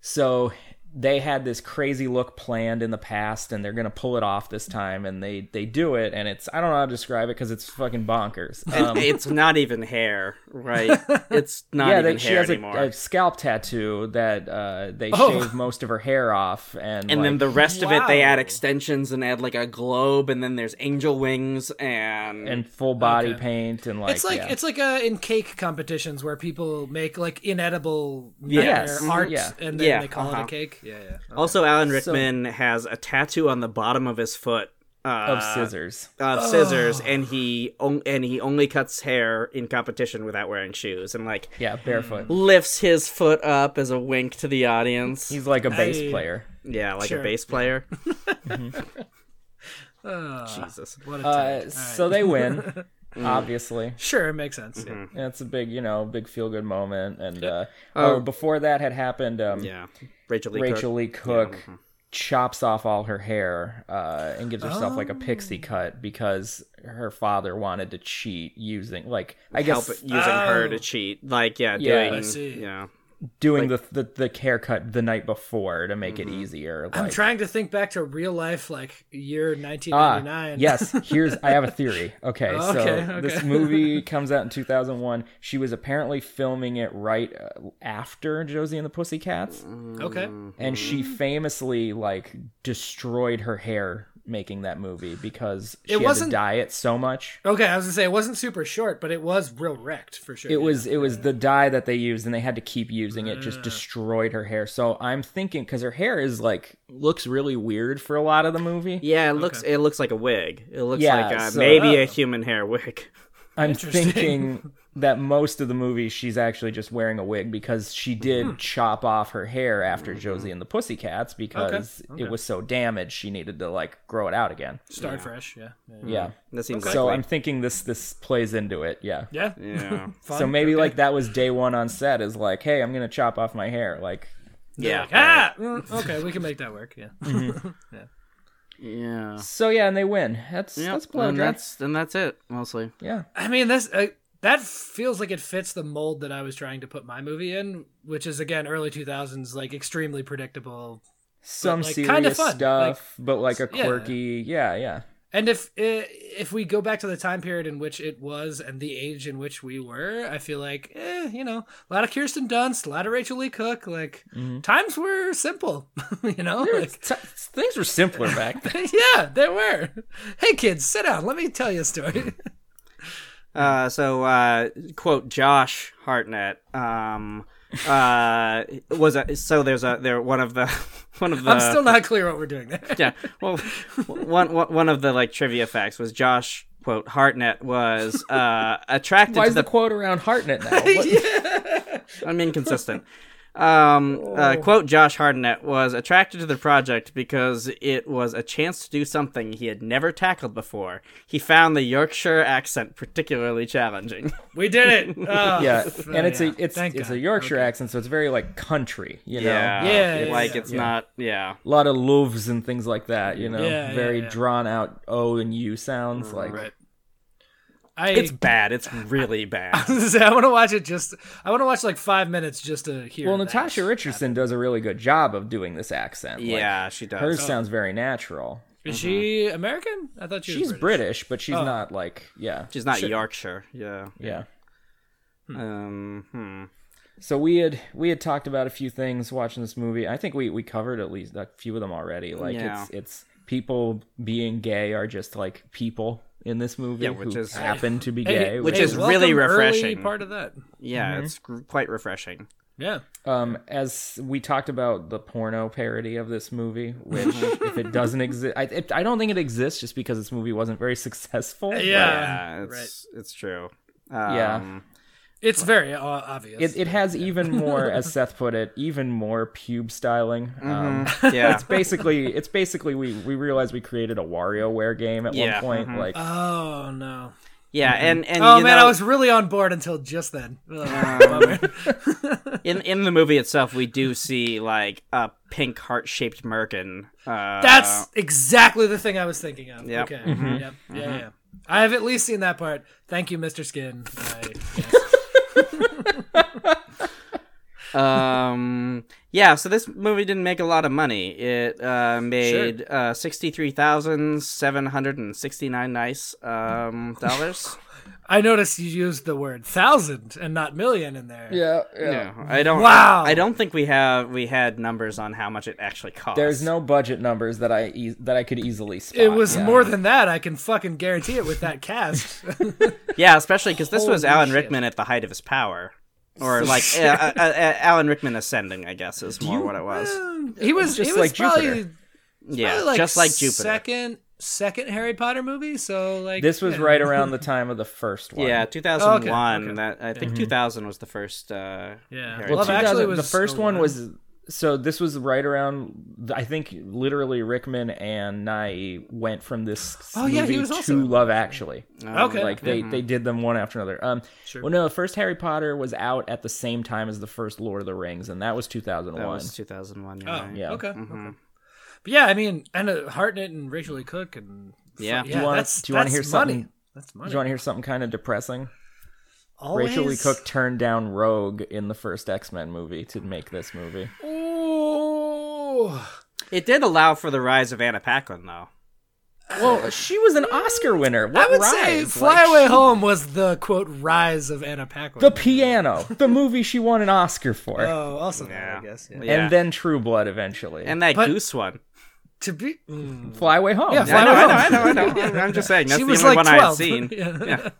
Speaker 1: so they had this crazy look planned in the past, and they're gonna pull it off this time, and they they do it, and it's I don't know how to describe it because it's fucking bonkers. Um,
Speaker 2: it's not even hair,
Speaker 1: <laughs>
Speaker 2: right? It's not
Speaker 1: yeah,
Speaker 2: even
Speaker 1: they, she
Speaker 2: hair
Speaker 1: has a,
Speaker 2: anymore.
Speaker 1: a scalp tattoo that uh, they
Speaker 3: Oh.
Speaker 1: shave most of her hair off, and
Speaker 2: and
Speaker 1: like,
Speaker 2: then the rest of it, they
Speaker 3: Wow.
Speaker 2: add extensions and add like a globe, and then there's angel wings and
Speaker 1: and full body
Speaker 3: Okay.
Speaker 1: paint, and like
Speaker 3: It's like
Speaker 1: yeah.
Speaker 3: it's like uh, in cake competitions where people make like inedible
Speaker 1: Yes. Mm-hmm.
Speaker 3: nightmare art
Speaker 1: Yeah.
Speaker 3: and then
Speaker 2: Yeah,
Speaker 3: they call it
Speaker 2: uh-huh.
Speaker 3: a cake. Yeah, yeah.
Speaker 2: also Alan Rickman has a tattoo on the bottom of his foot
Speaker 1: of
Speaker 2: uh,
Speaker 1: scissors.
Speaker 2: of scissors, and he on- and he only cuts hair in competition without wearing shoes, and like
Speaker 1: Yeah,
Speaker 3: Mm.
Speaker 1: barefoot.
Speaker 2: lifts his foot up as a wink to the audience.
Speaker 1: He's like a bass
Speaker 3: I-
Speaker 1: player.
Speaker 2: yeah, like
Speaker 3: Sure.
Speaker 2: a bass player.
Speaker 3: Ah,
Speaker 2: <laughs> Jesus.
Speaker 3: what a
Speaker 1: Uh,
Speaker 3: time. All
Speaker 1: So
Speaker 3: right.
Speaker 1: they
Speaker 3: <laughs>
Speaker 1: win,
Speaker 2: Mm.
Speaker 1: obviously.
Speaker 3: sure it makes sense. Yeah.
Speaker 1: And it's a big, you know, big feel good moment. And uh, oh, before that had happened, um,
Speaker 2: Yeah, Rachel Lee. Cook. mm-hmm.
Speaker 1: Rachel Lee Cook chops off all her hair uh, and gives herself like a
Speaker 3: Oh.
Speaker 1: pixie cut because her father wanted to cheat using, like, I
Speaker 2: Help
Speaker 1: guess.
Speaker 2: using her to
Speaker 3: Oh.
Speaker 2: cheat, like yeah,
Speaker 1: Yeah.
Speaker 2: doing
Speaker 1: I
Speaker 3: see.
Speaker 2: yeah,
Speaker 1: doing the, the the haircut the night before to make it easier. Like,
Speaker 3: I'm trying to think back to real life, like year 1999.
Speaker 1: ah, yes, here's I have a
Speaker 3: <laughs>
Speaker 1: theory. Okay,
Speaker 3: Oh,
Speaker 1: so
Speaker 3: okay, okay.
Speaker 1: this
Speaker 3: <laughs>
Speaker 1: movie comes out in 2001. She was apparently filming it right uh, after Josie and the Pussycats,
Speaker 3: okay.
Speaker 1: and she
Speaker 3: Mm-hmm.
Speaker 1: famously like destroyed her hair making that movie because she
Speaker 3: It
Speaker 1: had
Speaker 3: wasn't-
Speaker 1: to dye it so much.
Speaker 3: Okay, I was gonna say it wasn't super short, but it was real wrecked for sure.
Speaker 1: It was it was the dye that they used, and they had to keep using it.
Speaker 3: Mm.
Speaker 1: Just destroyed her hair. So I'm thinking because her hair is like looks really weird for a lot of the movie.
Speaker 2: Yeah, it looks it looks like a wig. It looks
Speaker 1: Yeah,
Speaker 2: like uh,
Speaker 1: so-
Speaker 2: maybe a human hair wig. <laughs>
Speaker 1: I'm <laughs>
Speaker 3: Interesting.
Speaker 1: thinking that most of the movie she's actually just wearing a wig because she did chop off her hair after Josie and the Pussycats because it was so damaged she needed to like grow it out again.
Speaker 3: start fresh. Yeah. Yeah.
Speaker 1: Yeah.
Speaker 2: That seems
Speaker 1: So I'm
Speaker 2: likely.
Speaker 1: thinking this this plays into it. Yeah.
Speaker 3: Yeah.
Speaker 2: <laughs> yeah.
Speaker 1: So maybe like that was day one on set is like, hey, I'm gonna chop off my hair. Like,
Speaker 2: yeah.
Speaker 3: Ah, mm, okay, we can make that work. Yeah.
Speaker 2: Yeah.
Speaker 1: so yeah, and they win. That's
Speaker 2: Yep,
Speaker 1: that's blow
Speaker 2: and
Speaker 1: dry.
Speaker 2: that's and that's it mostly.
Speaker 1: Yeah.
Speaker 3: I mean, that's uh, that feels like it fits the mold that I was trying to put my movie in, which is again early 2000s, like extremely predictable.
Speaker 1: Some
Speaker 3: like,
Speaker 1: serious
Speaker 3: kinda fun.
Speaker 1: stuff, but like a
Speaker 3: yeah.
Speaker 1: quirky, yeah, yeah.
Speaker 3: And if eh, if we go back to the time period in which it was and the age in which we were, I feel like, eh, you know, a lot of Kirsten Dunst, a lot of Rachel Lee Cook. Like
Speaker 1: Mm-hmm.
Speaker 3: times were simple, <laughs> you know. Like, <laughs>
Speaker 1: T- things were simpler <laughs> back then.
Speaker 3: yeah, they were. Hey kids, sit down. Let me tell you a story.
Speaker 2: Uh, so uh, quote Josh Hartnett. Um, uh, was a, so there's a there one of the <laughs> one of the
Speaker 1: Uh,
Speaker 3: I'm still not clear what we're doing there.
Speaker 2: yeah. Well, one one one of the like trivia facts was Josh quote Hartnett was <laughs> uh attracted
Speaker 1: Why
Speaker 2: to
Speaker 1: is the
Speaker 2: the
Speaker 1: quote around Hartnett <laughs> now?
Speaker 3: <laughs>
Speaker 1: What- <laughs>
Speaker 2: I'm inconsistent. Um, uh,
Speaker 1: Oh.
Speaker 2: quote Josh Hartnett was attracted to the project because it was a chance to do something he had never tackled before. He found the Yorkshire accent
Speaker 1: <laughs>
Speaker 2: particularly challenging.
Speaker 3: We did it. Oh, <laughs>
Speaker 1: yeah,
Speaker 3: f-
Speaker 1: and it's
Speaker 3: yeah.
Speaker 1: a it's
Speaker 3: Thank
Speaker 1: it's
Speaker 3: God.
Speaker 1: a Yorkshire
Speaker 3: Okay.
Speaker 1: accent, so it's very like country, you know.
Speaker 3: Yeah,
Speaker 2: It's
Speaker 3: yeah,
Speaker 2: like
Speaker 3: yeah.
Speaker 2: it's not. Yeah,
Speaker 1: A lot of loaves and things like that, you know.
Speaker 3: Yeah, yeah,
Speaker 1: very
Speaker 3: yeah.
Speaker 1: drawn out O and U sounds like.
Speaker 3: Right. I
Speaker 2: it's bad. It's really bad.
Speaker 3: <laughs> I want to watch it just. I want to watch like five minutes just to hear.
Speaker 1: Well,
Speaker 3: that.
Speaker 1: Natasha Richardson does a really good job of doing this accent. Like,
Speaker 2: yeah, she does.
Speaker 3: Oh.
Speaker 1: hers sounds very natural.
Speaker 3: is she American? I thought she was
Speaker 1: She's
Speaker 3: British. Oh.
Speaker 1: British, but she's not like yeah,
Speaker 2: She's not Yorkshire. Yeah.
Speaker 1: yeah.
Speaker 2: Um. Hmm.
Speaker 1: So we had we had talked about a few things watching this movie. I think we we covered at least a few of them already. Like
Speaker 2: Yeah.
Speaker 1: it's it's people being gay are just like people in this movie
Speaker 2: Yeah, which
Speaker 1: who
Speaker 2: is-
Speaker 1: happen to be
Speaker 3: Hey,
Speaker 1: gay.
Speaker 2: Which
Speaker 3: hey,
Speaker 2: is
Speaker 3: welcome
Speaker 2: really
Speaker 3: early
Speaker 2: refreshing.
Speaker 3: part of that.
Speaker 2: Yeah,
Speaker 3: Mm-hmm.
Speaker 2: it's gr- quite refreshing.
Speaker 3: Yeah.
Speaker 1: um as we talked about the porno parody of this movie,
Speaker 3: <laughs>
Speaker 1: which if it doesn't exist, I it, I don't think it exists just because this movie wasn't very <laughs> successful. but
Speaker 2: Yeah, it's it's true. Um,
Speaker 1: Yeah.
Speaker 3: It's very uh, obvious.
Speaker 1: It, it has even more,
Speaker 2: <laughs>
Speaker 1: as Seth put it, even more pube styling. Um, <laughs>
Speaker 2: Yeah.
Speaker 1: it's basically it's basically we we realized we created a WarioWare game at
Speaker 2: Yeah, Mm-hmm.
Speaker 1: one point. Like
Speaker 3: oh no.
Speaker 2: Yeah, and and
Speaker 3: Oh
Speaker 2: you
Speaker 3: man,
Speaker 2: know,
Speaker 3: I was really on board until just then. Ugh,
Speaker 2: <laughs>
Speaker 3: bummer. <laughs>
Speaker 2: in in the movie itself, we do see like a pink heart shaped merkin. Uh,
Speaker 3: That's exactly the thing I was thinking of.
Speaker 2: Yep. Mm-hmm.
Speaker 3: Okay. Yep. Yeah, yeah. I have at least seen that part. Thank you, Mr. Skin. I,
Speaker 2: um yeah. So this movie didn't make a lot of money. It uh, made uh, sixty three thousand seven hundred and sixty nine nice um,
Speaker 3: <laughs>
Speaker 2: dollars.
Speaker 3: I noticed you used the word thousand and not million in there.
Speaker 1: yeah,
Speaker 2: No, I don't.
Speaker 3: Wow.
Speaker 2: I don't think we have we had numbers on how much it actually cost.
Speaker 1: There's no budget numbers that I e- that I could easily spot.
Speaker 3: It was
Speaker 1: yeah.
Speaker 3: more than that. I can fucking guarantee it
Speaker 1: <laughs>
Speaker 3: with that cast.
Speaker 2: Yeah, especially because this was
Speaker 3: Holy
Speaker 2: Alan
Speaker 3: shit.
Speaker 2: Rickman at the height of his power, or like uh, uh, uh, Alan Rickman ascending, I guess, is more what it was.
Speaker 3: <laughs> he was
Speaker 1: Just
Speaker 3: he was
Speaker 1: like
Speaker 3: probably,
Speaker 1: Jupiter.
Speaker 2: Yeah,
Speaker 3: probably like
Speaker 2: just like Jupiter.
Speaker 3: Second second Harry Potter movie. So like
Speaker 1: This was
Speaker 3: yeah.
Speaker 1: right
Speaker 3: <laughs>
Speaker 1: around the time of the first one.
Speaker 2: Yeah, 2001.
Speaker 3: okay.
Speaker 2: That I think 2000 was the first. Uh,
Speaker 3: Mm-hmm. Yeah.
Speaker 2: Harry
Speaker 1: Well,
Speaker 3: Love
Speaker 2: Potter.
Speaker 3: Actually
Speaker 1: 2000
Speaker 3: was
Speaker 1: the first
Speaker 3: a
Speaker 1: one
Speaker 3: lot.
Speaker 1: was so this was right around I think literally Rickman and Nye went from this
Speaker 3: Oh,
Speaker 1: movie
Speaker 3: yeah, he was
Speaker 1: to
Speaker 3: also-
Speaker 1: Love Actually.
Speaker 3: Okay. Mm-hmm.
Speaker 1: Like they, they did them one after another. Um, Well, no, the first Harry Potter was out at the same time as the first Lord of the Rings, and that was 2001.
Speaker 2: that was 2001. you're
Speaker 3: Oh,
Speaker 2: right.
Speaker 1: Yeah.
Speaker 3: Okay. okay. But yeah, I mean, and uh, Hartnett and Rachel Lee Cook and
Speaker 2: Yeah.
Speaker 3: yeah,
Speaker 1: you wanna-
Speaker 3: that's,
Speaker 1: do you wanna
Speaker 3: that's
Speaker 1: hear
Speaker 3: money.
Speaker 1: something?
Speaker 3: That's
Speaker 1: Do
Speaker 3: money.
Speaker 1: you want to hear something kind of depressing?
Speaker 3: Always?
Speaker 1: Rachel Lee Cook turned down Rogue in the first X Men movie to make this movie.
Speaker 3: Ooh.
Speaker 2: It did allow for the rise of Anna Paquin, though.
Speaker 1: Well, she was an Oscar winner.
Speaker 3: I
Speaker 1: What
Speaker 3: would
Speaker 1: rise?
Speaker 3: say
Speaker 1: Like,
Speaker 3: Fly Away
Speaker 1: she-
Speaker 3: Home was the quote rise of Anna Paquin.
Speaker 1: The piano, the movie she won an Oscar for,
Speaker 3: Oh, also
Speaker 2: Yeah.
Speaker 3: that, I guess. Yeah.
Speaker 2: Yeah.
Speaker 1: and then True Blood eventually, and
Speaker 2: And that
Speaker 3: But-
Speaker 2: goose one.
Speaker 3: To be mm.
Speaker 1: Fly Away Home.
Speaker 3: Yeah,
Speaker 2: I
Speaker 3: Fly
Speaker 2: know,
Speaker 3: Away
Speaker 2: I know,
Speaker 3: Home.
Speaker 2: I know, I know.
Speaker 3: <laughs>
Speaker 2: I'm- I'm just saying that's
Speaker 3: she
Speaker 2: the
Speaker 3: was
Speaker 2: only
Speaker 3: like
Speaker 2: one I had
Speaker 3: twelve.
Speaker 2: seen.
Speaker 3: <laughs> yeah.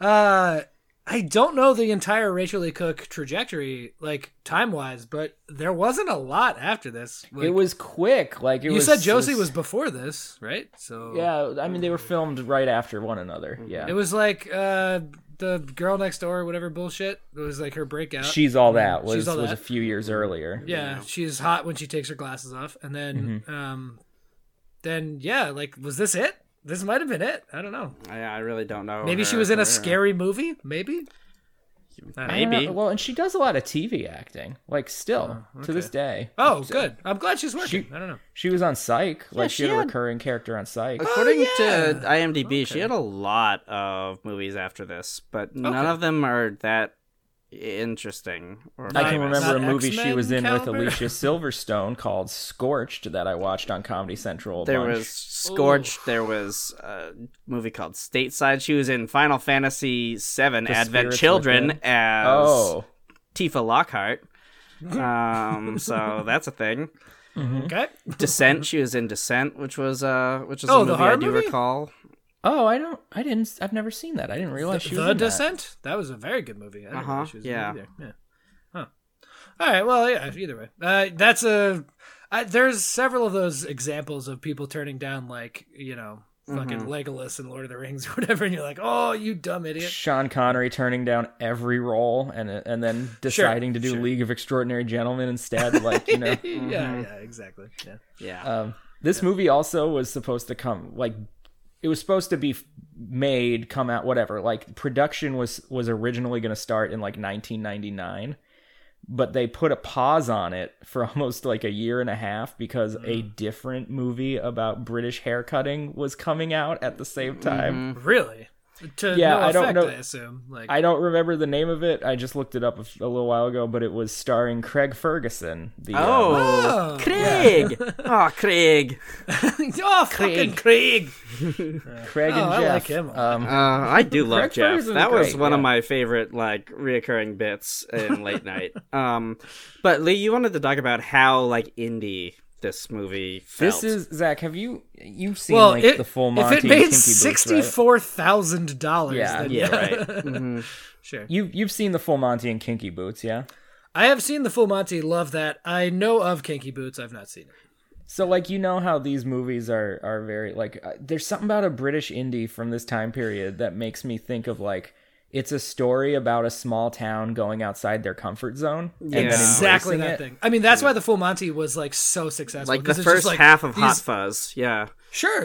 Speaker 3: Uh, I don't know the entire Rachel Lee Cook trajectory, like time wise, but there wasn't a lot after this. Like,
Speaker 1: it was quick. Like it
Speaker 3: you
Speaker 1: was,
Speaker 3: said Josie was before this, right? So
Speaker 1: Yeah, I mean they were filmed right after one another. Yeah,
Speaker 3: Mm-hmm. it was like uh, the girl next door, or whatever bullshit. It was like her breakout.
Speaker 1: She's all that
Speaker 3: She's
Speaker 1: was
Speaker 3: All
Speaker 1: was a
Speaker 3: That.
Speaker 1: few years earlier.
Speaker 3: yeah, she's hot when she takes her glasses off, and then
Speaker 1: Mm-hmm.
Speaker 3: um, then yeah, like was this it? This might have been it. I don't know.
Speaker 2: I, I really don't
Speaker 1: Oh,
Speaker 2: know.
Speaker 3: Maybe she
Speaker 2: her
Speaker 3: was in a
Speaker 2: career.
Speaker 3: scary movie. Maybe. I don't know.
Speaker 1: I don't know.
Speaker 2: Maybe.
Speaker 1: Uh, Well, and she does a lot of TV acting, like still to this day.
Speaker 3: Oh, good. I'm glad she's working. I don't know.
Speaker 1: She was on Psych. like she,
Speaker 2: she
Speaker 1: had a
Speaker 2: had-
Speaker 1: recurring character on Psych.
Speaker 3: Uh,
Speaker 2: According
Speaker 3: yeah.
Speaker 2: to IMDb, she had a lot of movies after this, but none
Speaker 3: Okay.
Speaker 2: of them are that interesting. Or
Speaker 1: I can
Speaker 2: famous.
Speaker 1: remember a
Speaker 3: Not
Speaker 1: movie she
Speaker 3: X-Men
Speaker 1: was in with
Speaker 3: caliber?
Speaker 1: Alicia Silverstone called Scorched that I watched on Comedy Central. A
Speaker 2: There
Speaker 1: bunch.
Speaker 2: was Scorched. There was a movie called Stateside. She was in Final Fantasy VII Advent
Speaker 1: Spirits
Speaker 2: Children
Speaker 1: Within.
Speaker 2: as
Speaker 1: oh
Speaker 2: Tifa Lockhart.
Speaker 1: <laughs>
Speaker 2: Um, so that's a thing.
Speaker 1: Mm-hmm.
Speaker 3: Okay.
Speaker 2: Descent. She was in Descent, which was uh, which is
Speaker 3: Oh,
Speaker 2: a
Speaker 3: the
Speaker 2: movie I
Speaker 3: horror
Speaker 2: do
Speaker 3: movie?
Speaker 2: recall.
Speaker 1: oh I don't I didn't I've never seen that I didn't realize she was
Speaker 3: the
Speaker 1: in that.
Speaker 3: Descent. That. was a very good movie. I didn't
Speaker 2: Uh-huh,
Speaker 3: know she was in it
Speaker 2: yeah.
Speaker 3: either. Yeah. Huh. All right. Well, yeah. Either way, uh, that's a. I, there's several of those examples of people turning down, like you know, fucking
Speaker 1: Mm-hmm.
Speaker 3: Legolas in Lord of the Rings or whatever, and you're like, oh, you dumb idiot.
Speaker 1: Sean Connery turning down every role and and then deciding to do League of Extraordinary Gentlemen instead. Like you
Speaker 3: <laughs>
Speaker 1: know,
Speaker 3: Yeah. Yeah. Exactly. Yeah.
Speaker 2: Yeah.
Speaker 1: um, this movie also was supposed to come like it was supposed to be f- made, come out, whatever. Like production was was originally going to start in like 1999, but they put a pause on it for <laughs> almost like a year and a half because a different movie about British haircutting was coming out at the same time.
Speaker 3: Really. To
Speaker 1: Yeah,
Speaker 3: no
Speaker 1: I don't
Speaker 3: effect,
Speaker 1: know-
Speaker 3: I assume. Like.
Speaker 1: I don't remember the name of it. I just looked it up a, f- a little while ago, but it was starring Craig Ferguson. The, uh,
Speaker 2: oh,
Speaker 3: Oh.
Speaker 2: Craig!
Speaker 3: <laughs>
Speaker 2: oh, Craig!
Speaker 3: <laughs> oh, fucking Craig.
Speaker 1: Craig
Speaker 3: Oh,
Speaker 1: and
Speaker 3: I
Speaker 1: Jeff.
Speaker 3: like him.
Speaker 2: Uh,
Speaker 1: Um,
Speaker 2: I do love
Speaker 1: Craig
Speaker 2: Jeff.
Speaker 1: Ferguson's
Speaker 2: That was
Speaker 1: great,
Speaker 2: one of
Speaker 1: yeah.
Speaker 2: my favorite like reoccurring bits
Speaker 1: <laughs>
Speaker 2: in late night. Um, but Lee, you wanted to talk about how like indie this movie felt.
Speaker 1: this is Zach. Have you you've seen like
Speaker 3: it-
Speaker 1: the full Monty?
Speaker 3: If it made
Speaker 1: sixty four.
Speaker 3: sixty-four thousand dollars,
Speaker 1: Yeah,
Speaker 3: then <laughs>
Speaker 2: yeah, right. Mhm.
Speaker 3: sure.
Speaker 1: You you've seen the full Monty and Kinky Boots, yeah?
Speaker 3: I have seen the Full Monty. Love that. I know of Kinky Boots. I've not seen it.
Speaker 1: So like you know how these movies are are very like uh, there's something about a British indie from this time period that makes me think of like it's a story about a small town going outside their comfort zone and then
Speaker 2: Yeah.
Speaker 3: Exactly
Speaker 1: embracing
Speaker 3: that
Speaker 1: it.
Speaker 3: thing. I mean, that's why the Full Monty was like so successful.
Speaker 2: Like the
Speaker 3: 'cause it's just,
Speaker 2: first
Speaker 3: like,
Speaker 2: half of Hot
Speaker 3: these-
Speaker 2: Fuzz, yeah.
Speaker 3: Sure,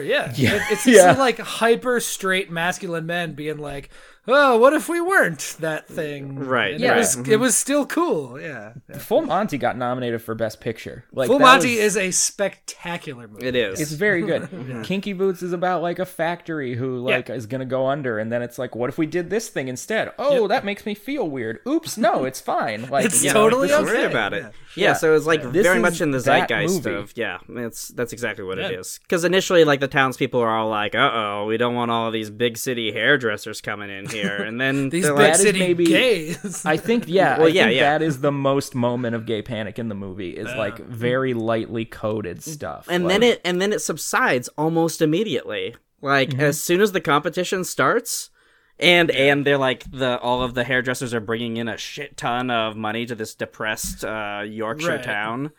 Speaker 1: <laughs>
Speaker 3: yeah,
Speaker 1: Yeah.
Speaker 3: It- it's
Speaker 1: Yeah.
Speaker 3: just like hyper straight masculine men being like, "Oh, what if we weren't that thing?"
Speaker 2: Right,
Speaker 3: And It
Speaker 1: right. Mm-hmm.
Speaker 3: was. It was still cool. Yeah. yeah.
Speaker 1: Full Monty got nominated for Best Picture. Like
Speaker 3: Full
Speaker 1: that
Speaker 3: Monty
Speaker 1: was-
Speaker 3: is a spectacular movie.
Speaker 2: It is.
Speaker 1: It's very good. Kinky Boots is about like a factory who like is gonna go under, and then it's like, what if we did this thing instead? Oh, that makes me feel weird. Oops, no, it's fine. Like
Speaker 3: It's
Speaker 1: you know,
Speaker 3: totally
Speaker 2: Don't
Speaker 3: okay.
Speaker 2: worry about it.
Speaker 3: Yeah.
Speaker 2: Yeah, so it's like
Speaker 1: This
Speaker 2: very
Speaker 1: is
Speaker 2: much in the
Speaker 1: that
Speaker 2: zeitgeist
Speaker 1: movie.
Speaker 2: of yeah. That's that's exactly what it
Speaker 3: Yeah.
Speaker 2: is. Because initially, like the townspeople are all like, "Uh oh, we don't want all these big city hairdressers coming in here," and then
Speaker 3: <laughs> These
Speaker 2: they're
Speaker 3: big
Speaker 1: that
Speaker 2: like,
Speaker 1: is
Speaker 3: city
Speaker 1: maybe-
Speaker 3: gays.
Speaker 1: I think yeah.
Speaker 2: Well,
Speaker 1: I
Speaker 2: yeah,
Speaker 1: think
Speaker 2: yeah.
Speaker 1: That is the most moment of gay panic in the movie. Is like very lightly coded stuff.
Speaker 2: and
Speaker 1: Like,
Speaker 2: then it and then it subsides almost immediately. Like
Speaker 3: Mm-hmm.
Speaker 2: as soon as the competition starts. And and they're like the all of the hairdressers are bringing in a shit ton of money to this depressed uh, Yorkshire
Speaker 3: Right.
Speaker 2: town.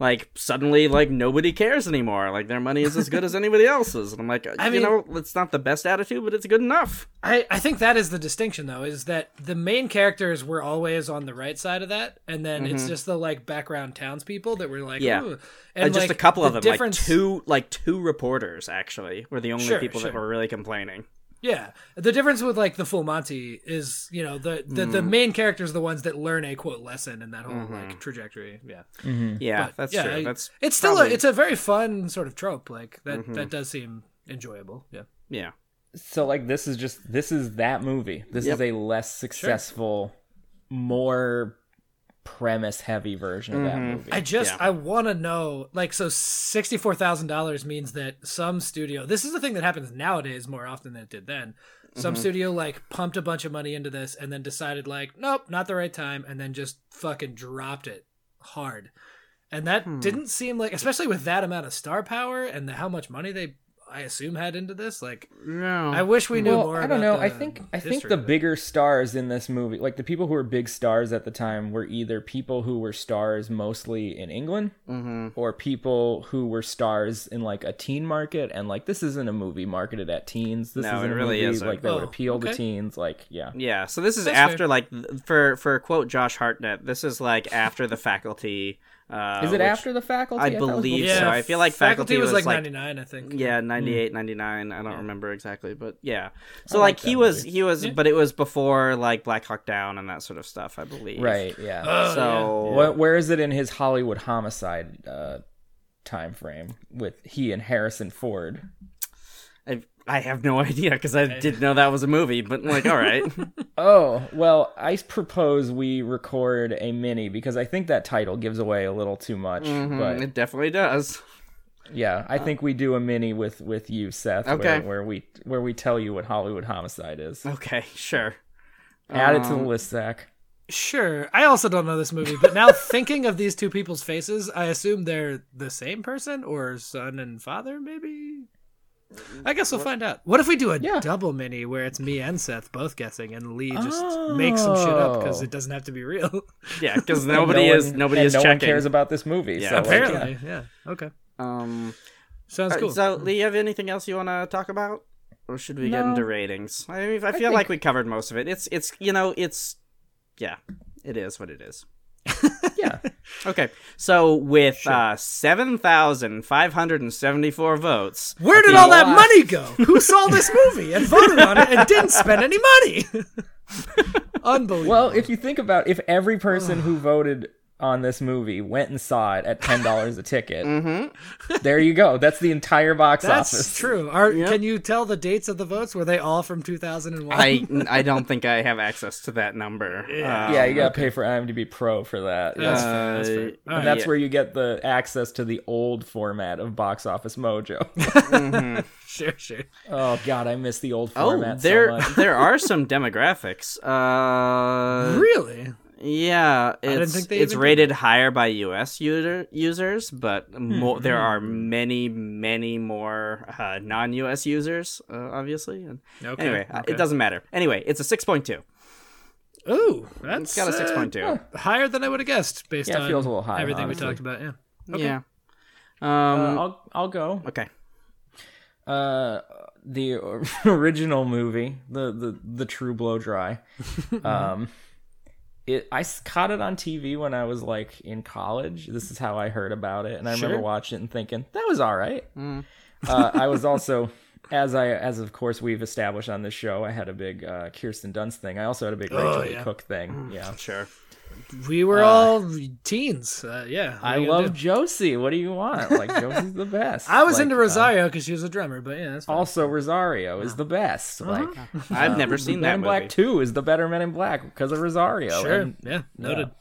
Speaker 2: Like suddenly, like nobody cares anymore. Like their money is
Speaker 3: <laughs>
Speaker 2: as good as anybody else's, and I'm like, you
Speaker 3: mean-
Speaker 2: know, it's not the best attitude, but it's good enough.
Speaker 3: I, I think that is the distinction though is that the main characters were always on the right side of that and then it's just the like background townspeople that were like
Speaker 2: Mm-hmm. Yeah.
Speaker 3: Ooh.
Speaker 2: Uh,
Speaker 3: and
Speaker 2: just
Speaker 3: like,
Speaker 2: a couple
Speaker 3: the
Speaker 2: of them,
Speaker 3: difference-
Speaker 2: like two, like two reporters actually were the only
Speaker 3: Sure,
Speaker 2: people that
Speaker 3: sure.
Speaker 2: were really complaining.
Speaker 3: yeah the difference with like the full monty is you know the the,
Speaker 2: Mm.
Speaker 3: the main characters are the ones that learn a quote lesson in that whole like trajectory yeah
Speaker 2: Yeah, Mm-hmm. that's
Speaker 3: Mm. yeah
Speaker 2: true.
Speaker 3: I-
Speaker 2: that's
Speaker 3: it's still a,
Speaker 2: probably- Mm-hmm.
Speaker 3: it's a very fun sort of trope like that that does seem enjoyable yeah
Speaker 2: yeah.
Speaker 1: so like this is just this is that movie. This
Speaker 2: Yep.
Speaker 1: is a less successful, more premise heavy version of that
Speaker 2: Mhm.
Speaker 1: movie.
Speaker 3: I just
Speaker 2: Yeah.
Speaker 3: I want to know like so sixty four thousand dollars means that some studio this is the thing that happens nowadays more often than it did then. Some studio like pumped a bunch of money into this and then decided like nope not the right time and then just fucking dropped it hard, and that
Speaker 2: Hmm.
Speaker 3: didn't seem like especially with that amount of star power and the, how much money they I assume had into this like
Speaker 2: No.
Speaker 3: I wish we knew
Speaker 1: well,
Speaker 3: more.
Speaker 1: I don't know.
Speaker 3: about
Speaker 1: I
Speaker 3: the
Speaker 1: think I think
Speaker 3: history
Speaker 1: the
Speaker 3: of it.
Speaker 1: bigger stars in this movie, like the people who were big stars at the time, were either people who were stars mostly in England
Speaker 2: mm-hmm.
Speaker 1: or people who were stars in like a teen market. And like this isn't a movie marketed at teens. This
Speaker 2: No,
Speaker 1: isn't
Speaker 2: it
Speaker 1: a
Speaker 2: really
Speaker 1: movie,
Speaker 2: isn't.
Speaker 1: like that would
Speaker 3: Oh,
Speaker 1: appeal to
Speaker 3: okay.
Speaker 1: teens. Like yeah,
Speaker 2: Yeah, so this is
Speaker 3: That's
Speaker 2: after
Speaker 3: fair.
Speaker 2: like th- for for quote Josh Hartnett. This is like after the faculty. Uh,
Speaker 1: is it
Speaker 2: which-
Speaker 1: after the faculty?
Speaker 2: I
Speaker 1: thought it was
Speaker 2: believe
Speaker 1: before.
Speaker 2: so. I feel like Faculty
Speaker 3: was,
Speaker 2: was,
Speaker 3: like
Speaker 2: like-
Speaker 3: ninety nine. I think.
Speaker 2: Yeah,
Speaker 1: Hmm.
Speaker 2: 98, 99. I don't remember exactly, but yeah. So
Speaker 1: like
Speaker 2: like, he
Speaker 1: that
Speaker 2: was
Speaker 1: movie.
Speaker 2: he was,
Speaker 3: Yeah.
Speaker 2: but it was before like Black Hawk Down and that sort of stuff, I believe.
Speaker 1: Right. Yeah.
Speaker 2: Uh,
Speaker 3: Oh, yeah.
Speaker 2: so
Speaker 1: Where, where is it in his Hollywood homicide uh, time frame with he and Harrison Ford?
Speaker 2: I, I have no <laughs> idea because I didn't know that was a movie, but like,
Speaker 3: <laughs>
Speaker 2: all right.
Speaker 1: Oh, well, I propose we record a mini because I think that title gives away a little too much.
Speaker 2: Mhm,
Speaker 1: But
Speaker 2: it definitely does.
Speaker 1: yeah, I think we do a mini with with you, Seth,
Speaker 2: Okay. Um,
Speaker 1: where, where we where we tell you what Hollywood homicide is.
Speaker 2: Okay, sure.
Speaker 1: Add it to the
Speaker 2: Um,
Speaker 1: list, Zach.
Speaker 3: Sure. I also don't know this movie, but
Speaker 1: <laughs>
Speaker 3: now thinking of these two people's faces, I assume they're the same person or son and father, maybe? I guess we'll find out. What if we do a
Speaker 1: Yeah.
Speaker 3: double mini where it's me and Seth both guessing and Lee just makes some shit up because
Speaker 1: Oh.
Speaker 3: it doesn't have to
Speaker 1: <laughs>
Speaker 3: be real?
Speaker 2: Yeah, because
Speaker 1: And
Speaker 2: nobody
Speaker 1: no
Speaker 2: is
Speaker 1: one-
Speaker 2: nobody
Speaker 1: and
Speaker 2: is
Speaker 1: no
Speaker 2: checking.
Speaker 1: one cares about this movie.
Speaker 2: Yeah,
Speaker 1: so, like,
Speaker 3: Apparently. Yeah. Okay.
Speaker 2: Um,
Speaker 3: Sounds
Speaker 2: all right,
Speaker 3: cool.
Speaker 2: So, Lee, you have anything else you want to talk about, or should we get
Speaker 1: No.
Speaker 2: into ratings? I mean, I feel like we covered most of it. It's it's you know it's yeah, it is what it is.
Speaker 1: yeah.
Speaker 2: Okay, so with uh, seven thousand five hundred and seventy-four votes,
Speaker 3: Where did
Speaker 1: You
Speaker 3: all that
Speaker 1: lost.
Speaker 3: money go? Who saw this movie and voted on it and didn't spend
Speaker 1: <laughs>
Speaker 3: any money? Unbelievable.
Speaker 1: Well, if you think about if every person
Speaker 2: <sighs>
Speaker 1: who voted on this movie went and saw it at ten dollars a ticket,
Speaker 2: Mm-hmm.
Speaker 1: there you go. That's the entire box
Speaker 3: That's
Speaker 1: office.
Speaker 3: true. Are, Can you tell the dates of the votes? Were they all from 2001?
Speaker 2: I I don't think I have access to that number. Um,
Speaker 1: Yeah, you gotta pay for IMDb Pro for that. Yeah.
Speaker 3: That's fair, that's fair.
Speaker 2: uh,
Speaker 3: All right.
Speaker 1: And <laughs> that's
Speaker 2: yeah.
Speaker 1: where you get the access to the old format of Box Office Mojo. <laughs>
Speaker 3: sure, sure.
Speaker 1: oh God, I miss the old
Speaker 2: Oh,
Speaker 1: format so
Speaker 2: there <laughs>
Speaker 1: much.
Speaker 2: there are some demographics.
Speaker 1: <laughs>
Speaker 2: Uh,
Speaker 3: really?
Speaker 2: yeah, it's
Speaker 3: think they
Speaker 2: it's
Speaker 3: even did
Speaker 2: rated higher by U.S. user users, but
Speaker 1: Hmm,
Speaker 2: mo- there are many many more uh, non-U.S. users, uh, obviously. And
Speaker 3: Okay.
Speaker 2: anyway, uh,
Speaker 3: okay.
Speaker 2: it doesn't matter. Anyway, it's a six point two.
Speaker 3: Ooh, that's
Speaker 2: It's got a six point two.
Speaker 3: uh, higher than I would have guessed based
Speaker 1: Yeah, it
Speaker 3: on
Speaker 1: feels a little high,
Speaker 3: everything
Speaker 1: honestly.
Speaker 3: we talked about. Yeah.
Speaker 2: Yeah.
Speaker 1: Uh,
Speaker 2: Um.
Speaker 1: I'll I'll go.
Speaker 2: okay.
Speaker 1: Uh, the <laughs> original movie, the the the True Blow
Speaker 3: <laughs>
Speaker 1: Dry. um, it I s- caught it on TV when I was like in college. This is how I heard about it, and I
Speaker 3: Sure. Mm.
Speaker 1: remember watching it and thinking that was all right. uh, I was also. <laughs> As I, as of course we've established on this show, I had a big uh, Kirsten Dunst thing. I also had a big Rachel E.
Speaker 3: Oh, yeah. Mm.
Speaker 1: Cook thing. Yeah,
Speaker 2: Sure.
Speaker 3: We were all teens. Uh, yeah. what
Speaker 1: I
Speaker 3: are you gonna
Speaker 1: love
Speaker 3: do?
Speaker 1: Josie. What do you want? Like Josie's
Speaker 3: <laughs>
Speaker 1: the best.
Speaker 3: I was
Speaker 1: Like,
Speaker 3: into
Speaker 1: uh,
Speaker 3: Rosario because she was a drummer, but yeah, that's fine.
Speaker 1: also, Rosario is the best.
Speaker 3: Uh-huh.
Speaker 1: Like
Speaker 2: I've never seen
Speaker 1: Men
Speaker 2: that
Speaker 1: in
Speaker 2: movie.
Speaker 1: uh, Black Two is the better Men in Black because of Rosario.
Speaker 3: sure.
Speaker 1: Oh, and
Speaker 3: yeah. Noted.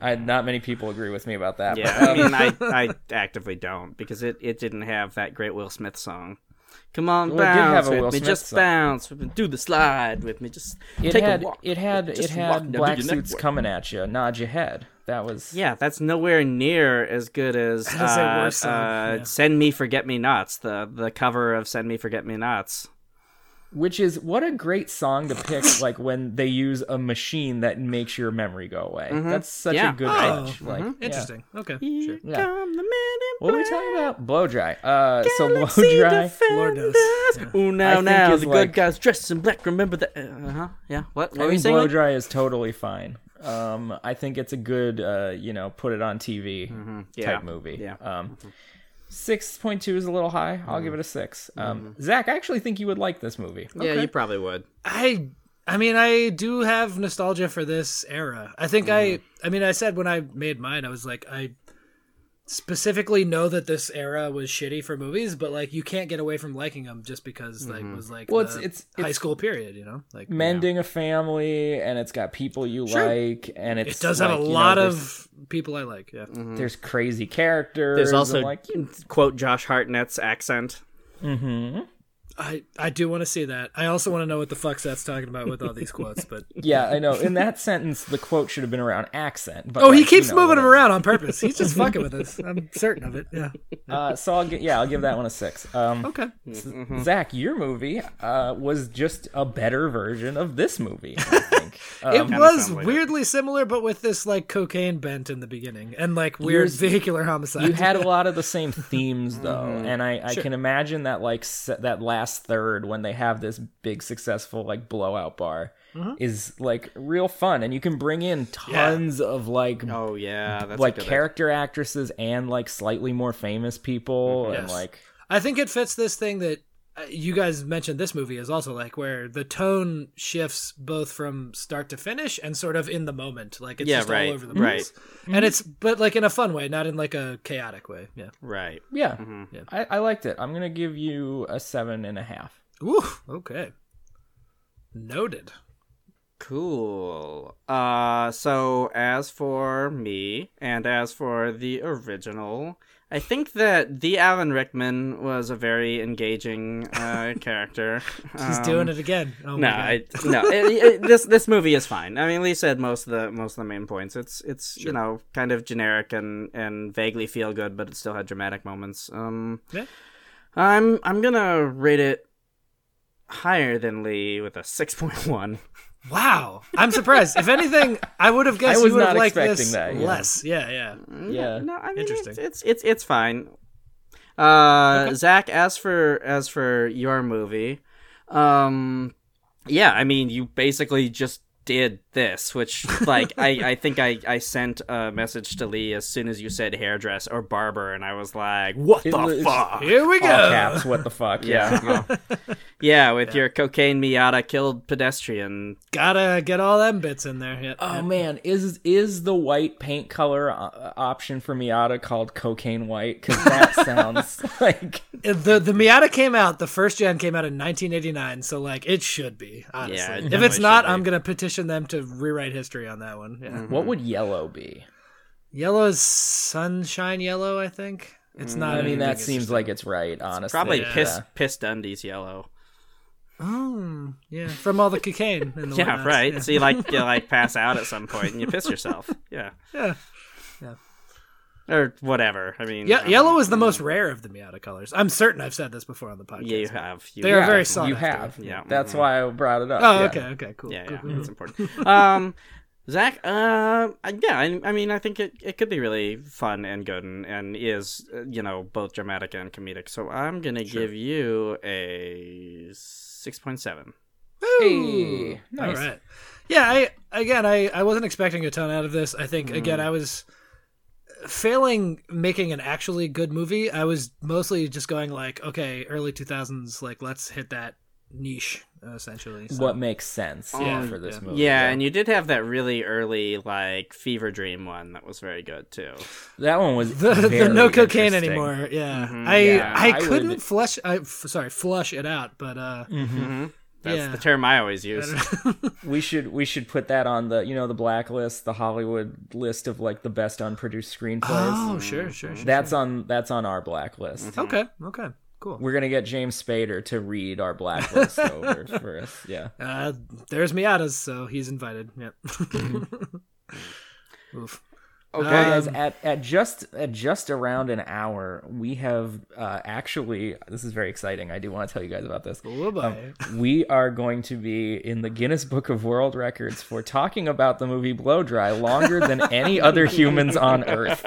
Speaker 1: I, not many people agree with me about that.
Speaker 2: Yeah,
Speaker 1: but, um,
Speaker 2: I mean, I, I actively don't because it, it didn't have that great Will Smith song. Come on,
Speaker 1: Well, it did have
Speaker 2: bounce
Speaker 1: a
Speaker 2: with
Speaker 1: Will
Speaker 2: me,
Speaker 1: Smith
Speaker 2: just
Speaker 1: song.
Speaker 2: bounce with me, do the slide with me, just
Speaker 1: it,
Speaker 2: take
Speaker 1: had,
Speaker 2: a walk.
Speaker 1: it had it
Speaker 2: Just walk, now
Speaker 1: had
Speaker 2: do
Speaker 1: black
Speaker 2: your neck
Speaker 1: suits
Speaker 2: work.
Speaker 1: coming at you, nod your head. That was
Speaker 2: Yeah, that's nowhere near as
Speaker 1: <laughs>
Speaker 2: good as
Speaker 3: That is a
Speaker 2: uh,
Speaker 3: worse song,
Speaker 2: uh,
Speaker 3: yeah.
Speaker 2: "Send Me Forget Me Nots," the the cover of "Send Me Forget Me Nots."
Speaker 1: which is what a great song to
Speaker 2: <laughs>
Speaker 1: pick. like when they use a machine that makes your memory go away. That's such
Speaker 2: Mm-hmm.
Speaker 1: a good
Speaker 2: Yeah. Mm-hmm.
Speaker 3: Oh,
Speaker 1: touch. Like yeah.
Speaker 3: Interesting. Okay. Sure.
Speaker 2: Here
Speaker 1: Yeah.
Speaker 2: come the men in
Speaker 1: What were we
Speaker 2: black,
Speaker 1: talking about? Blow dry. Uh, so blow
Speaker 2: Galaxy
Speaker 1: dry.
Speaker 3: Lord knows.
Speaker 2: Defenders. <laughs> Ooh, now,
Speaker 1: think
Speaker 2: now,
Speaker 1: is
Speaker 2: the
Speaker 1: like-
Speaker 2: good guys dressed in black. Remember that? Uh huh. Yeah. What?
Speaker 1: I
Speaker 2: What were you
Speaker 1: think
Speaker 2: saying?
Speaker 1: blow
Speaker 2: Lee?
Speaker 1: dry is totally fine. Um, I think it's a good, uh, you know, put it on TV
Speaker 3: Mm-hmm.
Speaker 2: Yeah.
Speaker 1: type movie.
Speaker 2: Yeah.
Speaker 1: Um, six point two is a little high. I'll
Speaker 3: Mm-hmm.
Speaker 1: give it a six. Um, Zach, I actually think you would like this movie.
Speaker 2: Yeah, you probably would.
Speaker 3: I I mean I do have
Speaker 1: Mm-hmm.
Speaker 3: nostalgia for this era. I think I I mean I said when I made mine I was like I specifically know that this era was shitty for movies, but like you can't get away from liking them just because like was like
Speaker 1: Mm-hmm. Well,
Speaker 3: the
Speaker 1: it's- it's-
Speaker 3: high
Speaker 1: it's-
Speaker 3: school period, you know? Like
Speaker 1: Mending a family, and it's got people you
Speaker 3: Sure.
Speaker 1: like, and it's
Speaker 3: it does
Speaker 1: like,
Speaker 3: have a
Speaker 1: you know,
Speaker 3: lot
Speaker 1: there's- Mm-hmm.
Speaker 3: of people I like. Yeah.
Speaker 1: there's crazy characters.
Speaker 2: There's also
Speaker 1: and, like
Speaker 2: quote Josh Hartnett's accent.
Speaker 1: hmm
Speaker 3: I I do want to see that. I also want to know what the fuck that's talking about with all these quotes,
Speaker 1: <laughs>
Speaker 3: but
Speaker 1: Yeah, I know. In that <laughs> sentence, the quote should have been around accent. But
Speaker 3: Oh, he
Speaker 1: like, you
Speaker 3: keeps
Speaker 1: know, uh,
Speaker 3: moving them
Speaker 1: whatever.
Speaker 3: around on purpose. He's just fucking with us. I'm certain of it.
Speaker 1: <laughs>
Speaker 3: Yeah.
Speaker 1: Uh, so I'll gi- yeah, I'll give that one a six. Um,
Speaker 3: Okay.
Speaker 2: Mm-hmm.
Speaker 1: Zach, your movie uh, was just a better version of this movie. I think.
Speaker 3: it
Speaker 1: Um,
Speaker 3: was
Speaker 2: sound like it.
Speaker 3: weirdly similar, but with this like cocaine bent in the beginning and like weird
Speaker 1: Yours-
Speaker 3: vehicular homicide.
Speaker 1: you had a lot of the same themes though,
Speaker 2: Mm-hmm.
Speaker 1: and I, I can imagine that like se- that last third when they have this big successful like blowout bar
Speaker 2: Mm-hmm.
Speaker 1: is like real fun, and you can bring in tons of like
Speaker 2: Oh yeah, that's
Speaker 1: like
Speaker 2: a good
Speaker 1: character actresses and like slightly more famous
Speaker 2: Mm-hmm.
Speaker 1: people and
Speaker 3: Yes.
Speaker 1: like
Speaker 3: <laughs> I think it fits this thing that uh, you guys mentioned this movie is also like where the tone shifts both from start to finish and sort of in the moment. Like it's
Speaker 2: Yeah,
Speaker 3: just
Speaker 2: right,
Speaker 3: all over the place.
Speaker 2: right.
Speaker 3: And it's but like in a fun way, not in like a chaotic way. Yeah.
Speaker 2: Right.
Speaker 1: yeah,
Speaker 2: Mm-hmm.
Speaker 3: Yeah.
Speaker 1: I, I liked it i'm gonna give you a seven and a half
Speaker 3: Ooh, okay. Noted.
Speaker 2: Cool. Uh so as for me and as for the original, I think that the Alan Rickman was a very engaging
Speaker 3: <laughs>
Speaker 2: uh character. Um,
Speaker 3: He's doing it again. Oh
Speaker 2: No,
Speaker 3: my
Speaker 2: Um, I,
Speaker 3: <laughs>
Speaker 2: no. it- it- this this movie is fine. I mean, Lee said most of the most of the main points. It's it's you know kind of generic and and vaguely feel good, but it still had dramatic moments. Um,
Speaker 3: Yeah.
Speaker 2: I'm I'm gonna rate it higher than Lee with a six point one.
Speaker 3: God. Wow. I'm surprised. if anything, I would have guessed
Speaker 1: was
Speaker 3: you would have
Speaker 1: not
Speaker 3: liked
Speaker 1: expecting
Speaker 3: this
Speaker 1: that, yeah.
Speaker 3: less. Yeah, yeah.
Speaker 1: Yeah.
Speaker 2: No, I mean
Speaker 3: Interesting.
Speaker 2: It's, it's it's it's fine. Uh, Zach, as for as for your movie, um, yeah, I mean you basically just did this, which like
Speaker 3: <laughs>
Speaker 2: I I think I I sent a message to Lee as soon as you said hairdress or barber, and I was like, what
Speaker 1: It
Speaker 2: the
Speaker 1: was-
Speaker 2: fuck?
Speaker 3: Here we go.
Speaker 1: all caps what the fuck yeah
Speaker 2: Yeah. <laughs> yeah, with your cocaine Miata killed pedestrian.
Speaker 3: Gotta get all them bits in there. Yeah.
Speaker 1: oh man is is the white paint color o- option for miata called cocaine white because
Speaker 3: <laughs>
Speaker 1: that sounds like
Speaker 3: the the Miata came out. The first gen came out in 1989, so like it should be. Honestly,
Speaker 2: Yeah, it
Speaker 3: if it's
Speaker 2: definitely
Speaker 3: not,
Speaker 2: should be. Mm.
Speaker 3: I'm gonna petition them to rewrite history on that one. Yeah.
Speaker 1: what would yellow be
Speaker 3: Yellow is sunshine yellow. I think it's
Speaker 2: Mm,
Speaker 3: not.
Speaker 1: i mean
Speaker 3: anything,
Speaker 1: that
Speaker 3: Mm-hmm. it's
Speaker 1: seems
Speaker 3: just-
Speaker 1: like it's right honestly
Speaker 2: Probably
Speaker 1: Yeah.
Speaker 2: piss pissed undies yellow.
Speaker 3: Oh, yeah, from all the cocaine. And the
Speaker 2: <laughs> Yeah,
Speaker 3: whatnots,
Speaker 2: right.
Speaker 3: Oh yeah.
Speaker 2: So you like you
Speaker 3: <laughs>
Speaker 2: like pass out at some point and you piss yourself. Yeah.
Speaker 3: Yeah.
Speaker 2: Or whatever. I mean,
Speaker 3: Ye-
Speaker 2: um,
Speaker 3: yellow is the most rare of the Miata colors. I'm certain I've said this before on the podcast.
Speaker 2: Yeah, you have. You
Speaker 3: They are
Speaker 2: have.
Speaker 3: very sought
Speaker 1: you
Speaker 3: after.
Speaker 1: have
Speaker 2: Yeah.
Speaker 1: that's why i brought it up
Speaker 3: Mm-hmm. Oh,
Speaker 1: Yeah.
Speaker 3: okay, okay, cool.
Speaker 2: Yeah,
Speaker 3: cool,
Speaker 2: yeah,
Speaker 3: cool, cool.
Speaker 2: it's important. um, Zach, uh, I- yeah, I, I mean, I think it, it could be really fun and good and, and is, uh, you know, both dramatic and comedic. So I'm going to give you a 6.7.
Speaker 1: Hey,
Speaker 3: Ooh.
Speaker 1: nice.
Speaker 3: All right. Yeah, I again I, I wasn't expecting a ton out of this. I think again
Speaker 1: Mm.
Speaker 3: I was failing making an actually good movie. I was mostly just going like, okay, early 2000s like let's hit that niche essentially. So-
Speaker 1: what makes sense Oh, yeah,
Speaker 2: Um,
Speaker 1: for this
Speaker 3: yeah.
Speaker 1: movie
Speaker 2: Yeah, and you did have that really early, like, fever dream one that was very good, too.
Speaker 1: that one was
Speaker 3: <laughs> <laughs> the, the
Speaker 1: very
Speaker 3: no cocaine
Speaker 1: interesting. Mm-hmm.
Speaker 3: anymore. Yeah.
Speaker 2: Mhm.
Speaker 3: I
Speaker 1: Yeah,
Speaker 3: I,
Speaker 1: I
Speaker 3: couldn't
Speaker 1: would-
Speaker 3: flush I f- sorry, flush it out, but uh
Speaker 1: Mhm.
Speaker 2: Mm-hmm. That's
Speaker 3: Yeah.
Speaker 2: the term I
Speaker 1: <laughs>
Speaker 3: <laughs>
Speaker 2: always use.
Speaker 1: We should we should put that on the you know the blacklist, the Hollywood list of like the best unproduced screenplays.
Speaker 3: Oh, Mm-hmm. sure, sure, sure.
Speaker 1: that's on that's on our blacklist.
Speaker 3: okay, okay. Cool.
Speaker 1: We're gonna get James Spader to read our
Speaker 3: <laughs>
Speaker 1: blacklist over for us. Yeah.
Speaker 3: Uh, there's Miatas, so he's invited. Yep. <laughs> Oof.
Speaker 1: Well,
Speaker 3: Um,
Speaker 1: guys, at, at just at just around an hour, we have uh, actually this is very exciting. I do want to tell you guys about this.
Speaker 3: Oh,
Speaker 2: Um,
Speaker 3: boy.
Speaker 1: we are going to be in the Guinness Book of World Records for talking about the movie Blow Dry longer than any other humans on Earth,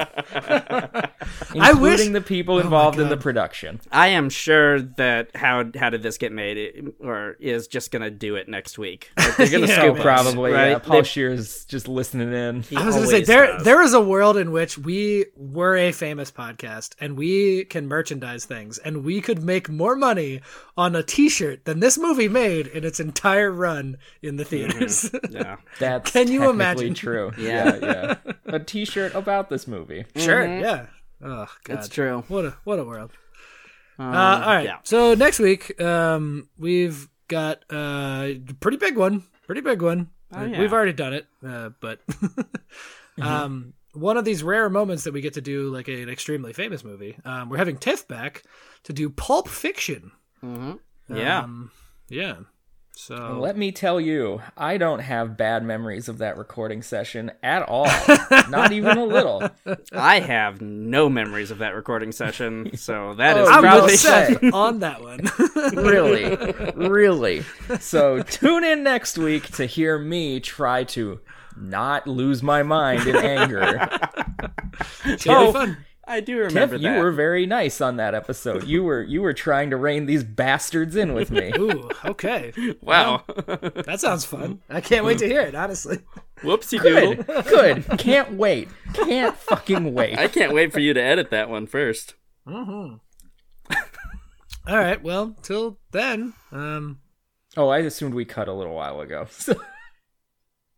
Speaker 1: including
Speaker 3: <laughs> I wish- Oh
Speaker 1: the people involved in the
Speaker 3: God.
Speaker 1: production.
Speaker 2: I am sure that how how did this get made it, or is just gonna do it next week. Like, they're gonna
Speaker 3: Yeah,
Speaker 2: scoop
Speaker 3: Oh, Yes.
Speaker 1: Probably,
Speaker 2: right?
Speaker 1: yeah. Paul
Speaker 2: They-
Speaker 1: Shear's just listening in.
Speaker 2: he
Speaker 3: I was gonna say
Speaker 2: always
Speaker 3: there
Speaker 2: does.
Speaker 3: there is a world in which we were a famous podcast and we can merchandise things and we could make more money on a T-shirt than this movie made in its entire run in the theaters.
Speaker 2: Yeah.
Speaker 1: That's
Speaker 3: Can you
Speaker 1: technically
Speaker 3: imagine?
Speaker 1: True.
Speaker 2: Yeah.
Speaker 1: yeah, yeah. A T-shirt about this movie.
Speaker 3: <laughs> sure, yeah. Oh god,
Speaker 2: It's true.
Speaker 3: What a what a world.
Speaker 2: Um,
Speaker 3: Uh, all right.
Speaker 2: Yeah.
Speaker 3: So next week, um, we've got uh, a pretty big one. Pretty big one.
Speaker 2: Oh,
Speaker 3: Uh,
Speaker 2: yeah. Mm-hmm.
Speaker 3: We've already done it, uh, but <laughs> um, one of these rare moments that we get to do like an extremely famous movie. Um, we're having Tiff back to do Pulp Fiction.
Speaker 2: Mm-hmm. Yeah. Oh,
Speaker 3: Um, yeah. So
Speaker 1: Let me tell you, I don't have bad memories of that recording session at
Speaker 3: <laughs>
Speaker 1: all. Not even a little.
Speaker 2: I have no memories of that recording session, so that is
Speaker 1: Oh,
Speaker 3: I'm
Speaker 2: probably
Speaker 3: with Seth <laughs> on that one.
Speaker 1: Really. Really. So tune in next week to hear me try to not lose my mind in anger.
Speaker 3: Should
Speaker 2: Oh.
Speaker 3: be fun.
Speaker 2: <laughs> I do
Speaker 1: Tiff,
Speaker 2: <laughs> remember
Speaker 1: you
Speaker 2: that.
Speaker 1: were very nice on that episode. You were you were trying to rein these bastards in with me.
Speaker 3: Ooh, okay.
Speaker 2: wow.
Speaker 3: That sounds fun. I can't wait to hear it, honestly.
Speaker 2: Whoopsie
Speaker 1: Good.
Speaker 2: doodle.
Speaker 1: Good. Can't wait. Can't fucking wait.
Speaker 2: I can't wait for you to edit that one first.
Speaker 3: Mm-hmm. All right, well, till then, um,
Speaker 1: Oh, I assumed we cut a little while ago. <laughs>